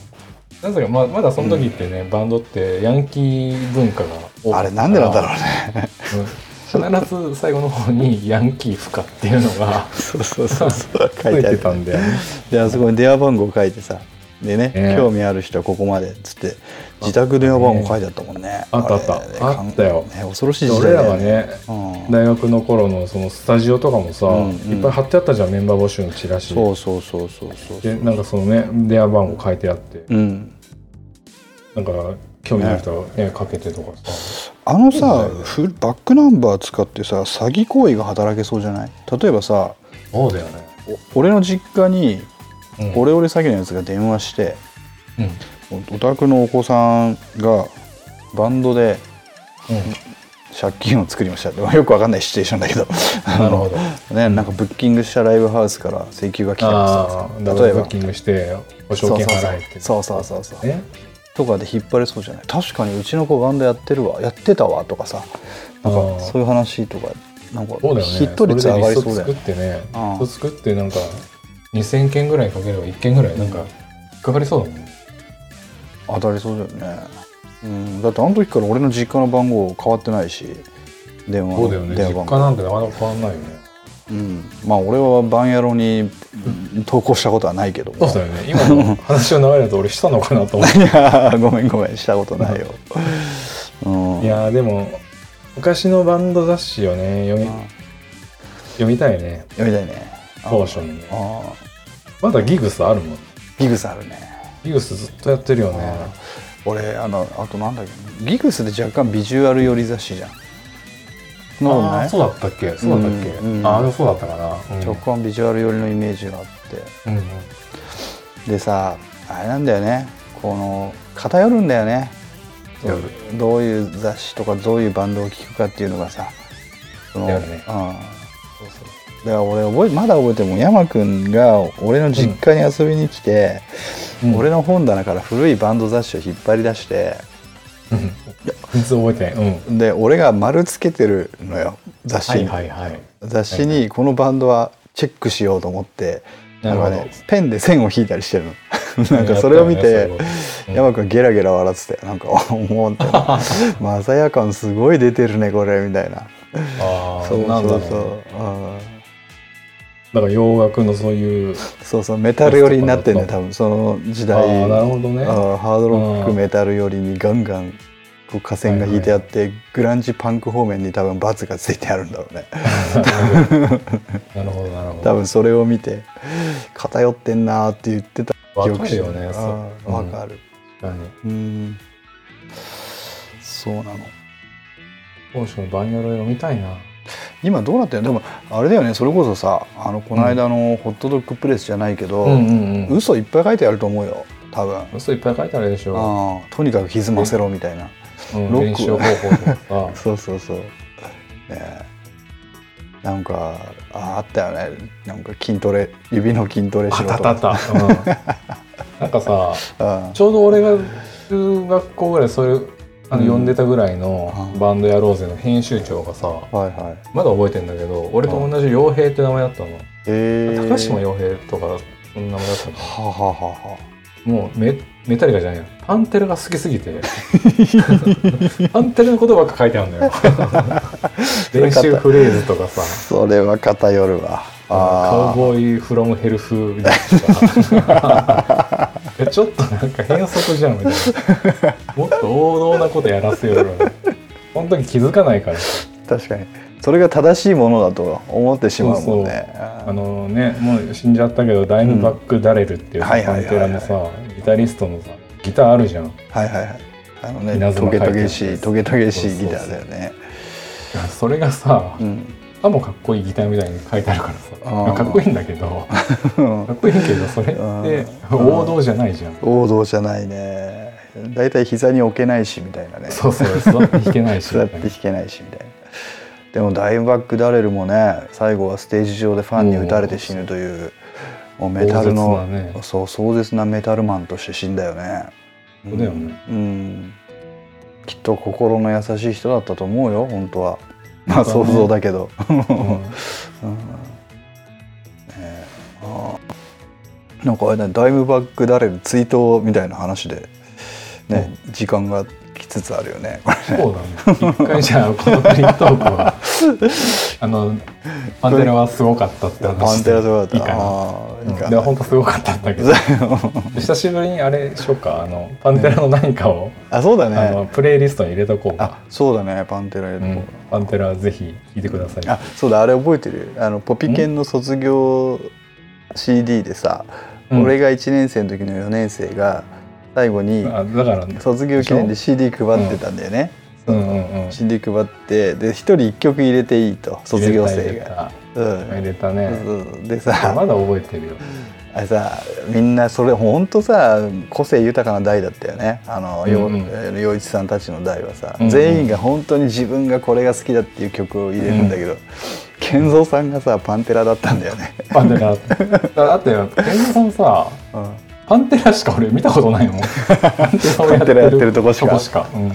[SPEAKER 2] なぜかまあまだその時ってね、バンドってヤンキー文化が多か
[SPEAKER 1] あ
[SPEAKER 2] ったから
[SPEAKER 1] れなんでなんだろうね
[SPEAKER 2] うん必ず最後の方に「ヤンキー不可」っていうのが
[SPEAKER 1] そうそうそうそう書
[SPEAKER 2] 書
[SPEAKER 1] い
[SPEAKER 2] い
[SPEAKER 1] てあ
[SPEAKER 2] て
[SPEAKER 1] る
[SPEAKER 2] たんだよね。
[SPEAKER 1] であそこに電話番号書いてさでね、
[SPEAKER 2] ね
[SPEAKER 1] 興味ある人はここまでっつって自宅電話番号書いてあったもんね
[SPEAKER 2] あったあった
[SPEAKER 1] れ
[SPEAKER 2] あったよ
[SPEAKER 1] ね恐ろしい時
[SPEAKER 2] 俺
[SPEAKER 1] 代だ
[SPEAKER 2] ら
[SPEAKER 1] よ
[SPEAKER 2] が
[SPEAKER 1] ね
[SPEAKER 2] ね
[SPEAKER 1] うん
[SPEAKER 2] 大学の頃のそのスタジオとかもさ、
[SPEAKER 1] うんうん
[SPEAKER 2] いっぱい貼ってあったじゃんメンバー募集のチラシ
[SPEAKER 1] そうそうそうそうそう
[SPEAKER 2] でなんかそのね電話番号書いてあって、
[SPEAKER 1] うん
[SPEAKER 2] なんか興味のある人は、ね、かけてとかさ
[SPEAKER 1] あのさフルバックナンバー使ってさ詐欺行為が働けそうじゃない例えばさ
[SPEAKER 2] そうだよね、
[SPEAKER 1] お俺の実家に
[SPEAKER 2] うん
[SPEAKER 1] オレオレ詐欺のやつが電話して
[SPEAKER 2] うんうん
[SPEAKER 1] おお宅のお子さんがバンドで借金を作りましたって まあよくわかんないシチュエーションだけど
[SPEAKER 2] なるほど
[SPEAKER 1] ねなんかブッキングしたライブハウスから請求が来たり
[SPEAKER 2] あ
[SPEAKER 1] さ
[SPEAKER 2] あダブ
[SPEAKER 1] 例
[SPEAKER 2] ル
[SPEAKER 1] え
[SPEAKER 2] ブッ
[SPEAKER 1] ば
[SPEAKER 2] キングして保証金払えって
[SPEAKER 1] そうそうそうそうそうそうそう
[SPEAKER 2] ね
[SPEAKER 1] とかで引っ張れそうじゃない確かにうちの子バンドやってるわやってたわとかさなん
[SPEAKER 2] あ
[SPEAKER 1] か
[SPEAKER 2] ー
[SPEAKER 1] そういう話とかなんか
[SPEAKER 2] そうだよね。
[SPEAKER 1] ヒット率上がりそうだよ
[SPEAKER 2] れでリ
[SPEAKER 1] ね
[SPEAKER 2] スト作ってね、
[SPEAKER 1] うん
[SPEAKER 2] リスト作ってなんか2000件ぐらいかければ1件ぐらいなんか引っかかりそうだもんね。
[SPEAKER 1] 当たりそうだよね、うん、だってあの時から俺の実家の番号変わってないし電話
[SPEAKER 2] そうだよね。
[SPEAKER 1] 電話
[SPEAKER 2] 実
[SPEAKER 1] 番
[SPEAKER 2] 家
[SPEAKER 1] 号、
[SPEAKER 2] なんてなかなか変わんないよね。
[SPEAKER 1] うん、まあ俺はバンヤロにうん投稿したことはないけども
[SPEAKER 2] そうだよね。今の話の流れだと俺したのかなと思って。
[SPEAKER 1] いや ーごめんごめんしたことないよ、う ん、
[SPEAKER 2] いやーでも昔のバンド雑誌をね読み
[SPEAKER 1] うん
[SPEAKER 2] 読みたいね。
[SPEAKER 1] やみたいねあ
[SPEAKER 2] 当初にね。
[SPEAKER 1] あ
[SPEAKER 2] まだギグスあるもん。
[SPEAKER 1] ーギグスあるね
[SPEAKER 2] ギグスずっとやってるよね。
[SPEAKER 1] 俺あのあとなんだっけギグスで若干ビジュアル寄り雑誌じゃんそんなこと
[SPEAKER 2] あ
[SPEAKER 1] な
[SPEAKER 2] ー
[SPEAKER 1] い
[SPEAKER 2] そうだったっけそうだったっけ、
[SPEAKER 1] うんうん
[SPEAKER 2] ああでもそうだったかな。うん
[SPEAKER 1] 直感ビジュアル寄りのイメージがあって
[SPEAKER 2] うんうん
[SPEAKER 1] でさあれなんだよねこの偏るんだよね
[SPEAKER 2] 偏る
[SPEAKER 1] どういう雑誌とかどういうバンドを聴くかっていうのがさその
[SPEAKER 2] だよね
[SPEAKER 1] うんそうそうだから俺覚えまだ覚えてるもん山君が俺の実家に遊びに来て、
[SPEAKER 2] うん
[SPEAKER 1] 俺の本棚から古いバンド雑誌を引っ張り出して
[SPEAKER 2] うん。全然覚えてない。うん。
[SPEAKER 1] で俺が丸つけてるのよ雑誌
[SPEAKER 2] は
[SPEAKER 1] に、
[SPEAKER 2] いはいはい。
[SPEAKER 1] 雑誌にこのバンドはチェックしようと思って
[SPEAKER 2] な
[SPEAKER 1] な
[SPEAKER 2] る
[SPEAKER 1] ん
[SPEAKER 2] ほど
[SPEAKER 1] かねペンで線を引いたりしてるの なんかそれを見
[SPEAKER 2] やってたよねそういうこと
[SPEAKER 1] 山君ゲラゲラ笑っててなんか「思う」って 「まさや感すごい出てるねこれ」みたいな
[SPEAKER 2] ああ
[SPEAKER 1] そう
[SPEAKER 2] な
[SPEAKER 1] そ
[SPEAKER 2] んだろ
[SPEAKER 1] う
[SPEAKER 2] う
[SPEAKER 1] そう
[SPEAKER 2] ね
[SPEAKER 1] うん
[SPEAKER 2] だから洋楽のそういう
[SPEAKER 1] そうそうメタル寄りになってんね
[SPEAKER 2] そ
[SPEAKER 1] 多分その時
[SPEAKER 2] あ
[SPEAKER 1] 代
[SPEAKER 2] あなるほどね
[SPEAKER 1] あーハードロック
[SPEAKER 2] うん
[SPEAKER 1] メタル寄りにガンガンこう下線が引いてあって、グランジパンク方面に多分バツがついてあるんだろうね
[SPEAKER 2] なるほどな るほ
[SPEAKER 1] 多
[SPEAKER 2] ど
[SPEAKER 1] 分それを見て偏ってんなーって言ってた記
[SPEAKER 2] わ
[SPEAKER 1] 憶
[SPEAKER 2] かるよねそう
[SPEAKER 1] あーわか
[SPEAKER 2] る
[SPEAKER 1] るうんそうなの
[SPEAKER 2] 当初のバンヤロ読みたいな
[SPEAKER 1] 今どうなってるのでもあれだよねそれこそさあのこの間のホットドッグプレスじゃないけど、
[SPEAKER 2] うんうん
[SPEAKER 1] 嘘いっぱい書いてあると思うよ多分
[SPEAKER 2] 嘘いっぱい書いてあるでしょ
[SPEAKER 1] あーとにかく歪ませろみたいな
[SPEAKER 2] うん
[SPEAKER 1] ロック
[SPEAKER 2] 練習方法とかさ
[SPEAKER 1] そうそうそうねえなんかああったよねなんか筋トレ指の筋トレし
[SPEAKER 2] あ
[SPEAKER 1] ろ
[SPEAKER 2] たた
[SPEAKER 1] とか
[SPEAKER 2] たうんなんかさ
[SPEAKER 1] あ
[SPEAKER 2] ちょうど俺が中学校ぐらいそういうあ
[SPEAKER 1] う
[SPEAKER 2] の
[SPEAKER 1] ん
[SPEAKER 2] 呼んでたぐらいの
[SPEAKER 1] あ
[SPEAKER 2] バンドやろうぜの編集長がさ
[SPEAKER 1] はいはい
[SPEAKER 2] まだ覚えてんだけど俺と同じ傭兵って名前だったの
[SPEAKER 1] えー、
[SPEAKER 2] 高島洋平とかそんな名前だったの
[SPEAKER 1] はははは
[SPEAKER 2] もうメメタリカじゃないやパンテルが好きすぎてパンテルのことばっか書いてあるんだ よ練習フレーズとかさ
[SPEAKER 1] それは偏るわ
[SPEAKER 2] カ
[SPEAKER 1] あ
[SPEAKER 2] ウボーイ・フロム・ヘルフみたいなえちょっとなんか変則じゃんみたいなもっと王道なことやらせようよその時気づかないからさ
[SPEAKER 1] ー確かにそれが正しいものだと思ってしまうもんね
[SPEAKER 2] あのねもう死んじゃったけどダイムバック・ダレルっていう
[SPEAKER 1] うん
[SPEAKER 2] さ
[SPEAKER 1] はい
[SPEAKER 2] パ
[SPEAKER 1] はい
[SPEAKER 2] ン
[SPEAKER 1] はい
[SPEAKER 2] テ
[SPEAKER 1] は
[SPEAKER 2] ラ
[SPEAKER 1] い
[SPEAKER 2] のさギタリストのさギターあるじゃん
[SPEAKER 1] はいはいはいあのね
[SPEAKER 2] 稲
[SPEAKER 1] ト
[SPEAKER 2] 妻
[SPEAKER 1] ゲト
[SPEAKER 2] 書いてあ
[SPEAKER 1] ゲ
[SPEAKER 2] る
[SPEAKER 1] しいトゲトゲし
[SPEAKER 2] そ
[SPEAKER 1] いう
[SPEAKER 2] そ
[SPEAKER 1] ギ
[SPEAKER 2] うそう
[SPEAKER 1] ターだよね
[SPEAKER 2] それがさ
[SPEAKER 1] うん
[SPEAKER 2] あもかっこいいギターみたいに書いてあるからさ
[SPEAKER 1] あー
[SPEAKER 2] かっこいいんだけ どかっこいいけどそれって
[SPEAKER 1] あー
[SPEAKER 2] 王道じゃないじゃん
[SPEAKER 1] 王道じゃないねだいたい膝に置けないしみたいなね
[SPEAKER 2] そうそう座って 弾けないし
[SPEAKER 1] 座って弾けないしみたいなでもダイムバックダレルもね最後はステージ上でファンに打たれて死ぬというもうメタ
[SPEAKER 2] 壮
[SPEAKER 1] ルの、
[SPEAKER 2] 絶なね
[SPEAKER 1] そう壮絶なメタルマンとして死んだよね
[SPEAKER 2] そうだよね
[SPEAKER 1] うんきっと心の優しい人だったと思うよ本当はまあ想像だけど、
[SPEAKER 2] うん
[SPEAKER 1] なんかあれだねダイムバックダレル追悼みたいな話でね、時間が来つつあるよ ねこれ
[SPEAKER 2] そうだね。一回じゃあこのフリートーク はあのパンテラはすごかったって話
[SPEAKER 1] パンテラすごかった
[SPEAKER 2] いいかな。
[SPEAKER 1] あ
[SPEAKER 2] う
[SPEAKER 1] ーい
[SPEAKER 2] ん
[SPEAKER 1] い
[SPEAKER 2] で
[SPEAKER 1] か
[SPEAKER 2] も本当すごかったんだ けど久しぶりにあれしようかあのパンテラの何かを、
[SPEAKER 1] あそうだ
[SPEAKER 2] あ
[SPEAKER 1] ね
[SPEAKER 2] のプレイリストに入れとこうか、
[SPEAKER 1] あそうだねパンテラ入
[SPEAKER 2] う
[SPEAKER 1] れと
[SPEAKER 2] ん
[SPEAKER 1] こ
[SPEAKER 2] パンテラぜひ聞いてください、
[SPEAKER 1] うあそうだあれ覚えてるあのポピケンの卒業 CD でさ、
[SPEAKER 2] うん
[SPEAKER 1] 俺が1年生の時の4年生が最後に
[SPEAKER 2] あだから
[SPEAKER 1] 卒業記念で CD 配ってたんだよね、
[SPEAKER 2] うんうんうん
[SPEAKER 1] CD 配ってで1人1曲入れていいと卒業生
[SPEAKER 2] 入れ
[SPEAKER 1] が。
[SPEAKER 2] た
[SPEAKER 1] うん
[SPEAKER 2] 入れた入れたね、
[SPEAKER 1] そうでさ
[SPEAKER 2] まだ覚えてるよ
[SPEAKER 1] あれさみんなそれほんとさ個性豊かな代だったよねあの、よ
[SPEAKER 2] うんうん
[SPEAKER 1] えー陽一さんたちの代はさ、
[SPEAKER 2] うんうん
[SPEAKER 1] 全員が本当に自分がこれが好きだっていう曲を入れるんだけど、健三さんがさパンテラだったんだよね、
[SPEAKER 2] パンテラだってケンジさんさ
[SPEAKER 1] うん
[SPEAKER 2] パンテラしか俺見たことないもん。パンテ
[SPEAKER 1] パンテラやってるとこしか
[SPEAKER 2] とこしか。うん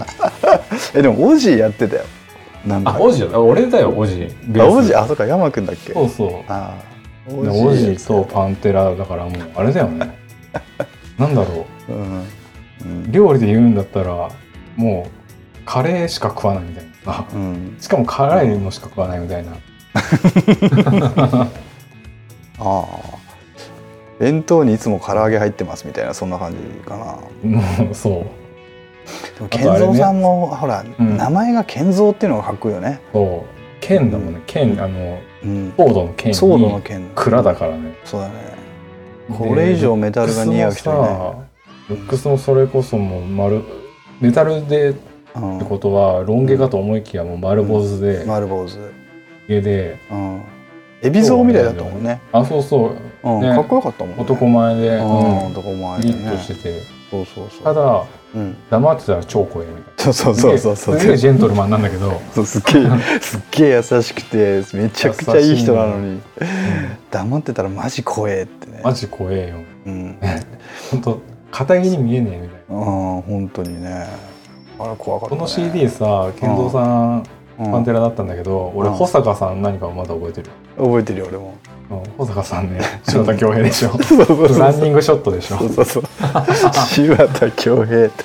[SPEAKER 1] えでもオジーやってたよなん
[SPEAKER 2] あ、
[SPEAKER 1] か
[SPEAKER 2] オジだ。俺だよ、オジ。ベ
[SPEAKER 1] あ
[SPEAKER 2] ース
[SPEAKER 1] オジーあそうか山くんだっけ
[SPEAKER 2] そうそう。
[SPEAKER 1] ああ
[SPEAKER 2] でオジと
[SPEAKER 1] そ
[SPEAKER 2] パンテラだからもう、あれだよね。なんだろ
[SPEAKER 1] う、うんうん
[SPEAKER 2] う。料理で言うんだったら、もう、カレーしか食わないみたいな。
[SPEAKER 1] うん、
[SPEAKER 2] しかも辛いのしか食わないみたいな。
[SPEAKER 1] ああ弁当にいつも唐揚げ入ってますみたいなそんな感じかな
[SPEAKER 2] もう、そう。
[SPEAKER 1] でも
[SPEAKER 2] あ
[SPEAKER 1] 健
[SPEAKER 2] とあれね
[SPEAKER 1] 三さんも、ほら、
[SPEAKER 2] うん
[SPEAKER 1] 名前が健三っていうのがかっこいいよね、
[SPEAKER 2] そう。剣だもんね。剣、あの、
[SPEAKER 1] うん、
[SPEAKER 2] ソードの剣
[SPEAKER 1] ソードの
[SPEAKER 2] に、
[SPEAKER 1] 剣
[SPEAKER 2] 蔵だからね。
[SPEAKER 1] そうだねこれ以上メタルが似合う人いな
[SPEAKER 2] ルックスもそれこそもう丸メタルでっ
[SPEAKER 1] い、うん
[SPEAKER 2] てことはロン毛かと思いきやもう丸坊主で
[SPEAKER 1] 丸坊主、
[SPEAKER 2] 毛で
[SPEAKER 1] うん、海老蔵みたいだったもんね
[SPEAKER 2] あそうそう
[SPEAKER 1] うん
[SPEAKER 2] ね
[SPEAKER 1] かっこよかったもん、ね、
[SPEAKER 2] 男前で
[SPEAKER 1] う
[SPEAKER 2] うん
[SPEAKER 1] ん、男前
[SPEAKER 2] ピリ
[SPEAKER 1] で
[SPEAKER 2] ッとして
[SPEAKER 1] ね
[SPEAKER 2] て
[SPEAKER 1] そうそうそう
[SPEAKER 2] ただ
[SPEAKER 1] うん、
[SPEAKER 2] 黙ってたら超怖えみたいな
[SPEAKER 1] そうそうそうそうそう
[SPEAKER 2] すげえジェントルマンなんだけど
[SPEAKER 1] そうすっげえすっげえ優しくてめちゃくちゃいい人なのに黙ってたらマジ怖えってね
[SPEAKER 2] マジ怖えよ
[SPEAKER 1] うん
[SPEAKER 2] 本当片気に見えねえみたいな
[SPEAKER 1] ああ本当にねあれ怖かっ
[SPEAKER 2] こ
[SPEAKER 1] た、ね、
[SPEAKER 2] の CD さ健三さんパンテラだったんだけど俺
[SPEAKER 1] うん
[SPEAKER 2] 保坂さん何かまだ覚えてる
[SPEAKER 1] うん、覚えてるよ俺も
[SPEAKER 2] うん保坂さん ね篠田恭平でしょ
[SPEAKER 1] そうそうそう
[SPEAKER 2] ランニングショットでしょ
[SPEAKER 1] そうそうそう柴田恭平って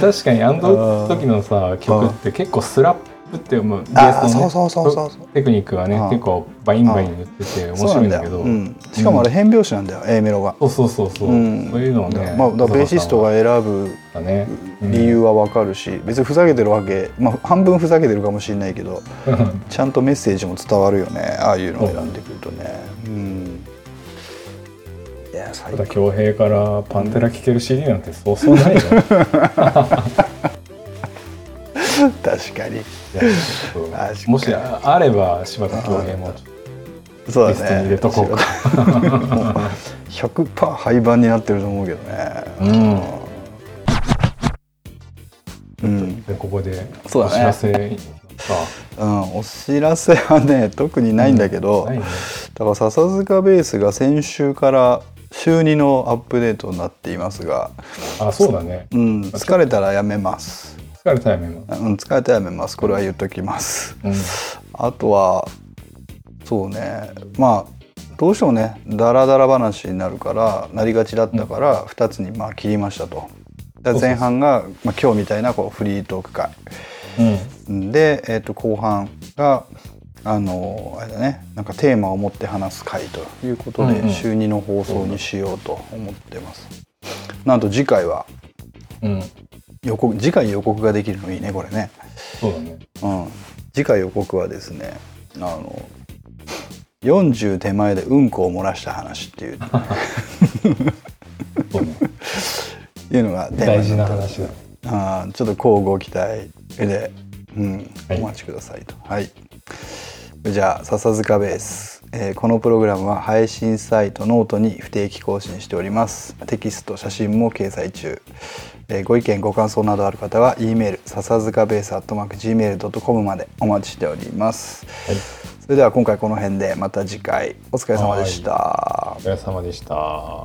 [SPEAKER 2] 確かにあの時のさ曲って結構スラップってもうベースの、ね、
[SPEAKER 1] そうそうそうそう
[SPEAKER 2] テクニックがね
[SPEAKER 1] うん
[SPEAKER 2] 結構バインバイン言ってて面
[SPEAKER 1] そうな
[SPEAKER 2] 白い
[SPEAKER 1] ん
[SPEAKER 2] んだ
[SPEAKER 1] だ
[SPEAKER 2] け
[SPEAKER 1] よ、
[SPEAKER 2] ど
[SPEAKER 1] うん、しかもあれ変拍子なんだよ、A メロが、
[SPEAKER 2] そうそうそうそう、
[SPEAKER 1] うん
[SPEAKER 2] そういうのをね、
[SPEAKER 1] まあ、だからベーシストが選ぶ
[SPEAKER 2] だね、うん
[SPEAKER 1] 理由はわかるし、別にふざけてるわけ、まあ、半分ふざけてるかもしれないけどちゃんとメッセージも伝わるよねああいうのを選んでくるとねうんいや最
[SPEAKER 2] た
[SPEAKER 1] 高
[SPEAKER 2] だ恭平からパンテラ聴ける CD なんてそうそう ないよいや
[SPEAKER 1] 確かに
[SPEAKER 2] ちょ
[SPEAKER 1] あ
[SPEAKER 2] っともしああれば柴田恭平もちょっ
[SPEAKER 1] そ
[SPEAKER 2] とリ
[SPEAKER 1] う
[SPEAKER 2] ストに
[SPEAKER 1] だ
[SPEAKER 2] 入れ
[SPEAKER 1] ね
[SPEAKER 2] とこうか、
[SPEAKER 1] 100%廃盤になってると思うけどね
[SPEAKER 2] うん
[SPEAKER 1] うん、
[SPEAKER 2] でここで
[SPEAKER 1] そう
[SPEAKER 2] お
[SPEAKER 1] だね
[SPEAKER 2] 知らせさ
[SPEAKER 1] うん、お知らせはね特にないんだけど、
[SPEAKER 2] ないね
[SPEAKER 1] だから笹塚ベースが先週から週2のアップデートになっていますが、
[SPEAKER 2] あそうだね
[SPEAKER 1] うん、疲れたらやめます、
[SPEAKER 2] 疲れたやめま
[SPEAKER 1] うん、疲れたらやめますこれは言っときます
[SPEAKER 2] す、
[SPEAKER 1] あとはそうねまあどうしてもねダラダラ話になるからなりがちだったから2つにまあ切りましたと。だから前半が、まあ、今日みたいなこうフリートーク会
[SPEAKER 2] うんうん、
[SPEAKER 1] で、えー、と後半があのあれだねなんかテーマを持って話す会ということで、
[SPEAKER 2] うんうん
[SPEAKER 1] 週2の放送にしようと思ってます。なんと次回は
[SPEAKER 2] うん、
[SPEAKER 1] 予告次回予告ができるのいいねこれね。
[SPEAKER 2] そうだね。
[SPEAKER 1] うん、次回予告はですねあの40手前でうんこを漏らした 話っていう
[SPEAKER 2] そうね。
[SPEAKER 1] いうのがテーマ
[SPEAKER 2] 大
[SPEAKER 1] に
[SPEAKER 2] 事
[SPEAKER 1] な
[SPEAKER 2] な
[SPEAKER 1] って
[SPEAKER 2] 話だ。
[SPEAKER 1] あーちょっと交互期待で、うん
[SPEAKER 2] はい
[SPEAKER 1] お待ちくださいと。はいじゃあ笹塚ベース、えーこのプログラムは配信サイトノートに不定期更新しておりますテキスト写真も掲載中、えーご意見ご感想などある方は E メール笹塚ベース atmarkgmail.com までお待ちしております
[SPEAKER 2] はい、
[SPEAKER 1] それでは今回この辺でまた次回お疲れ様でした。
[SPEAKER 2] お疲れ様でした。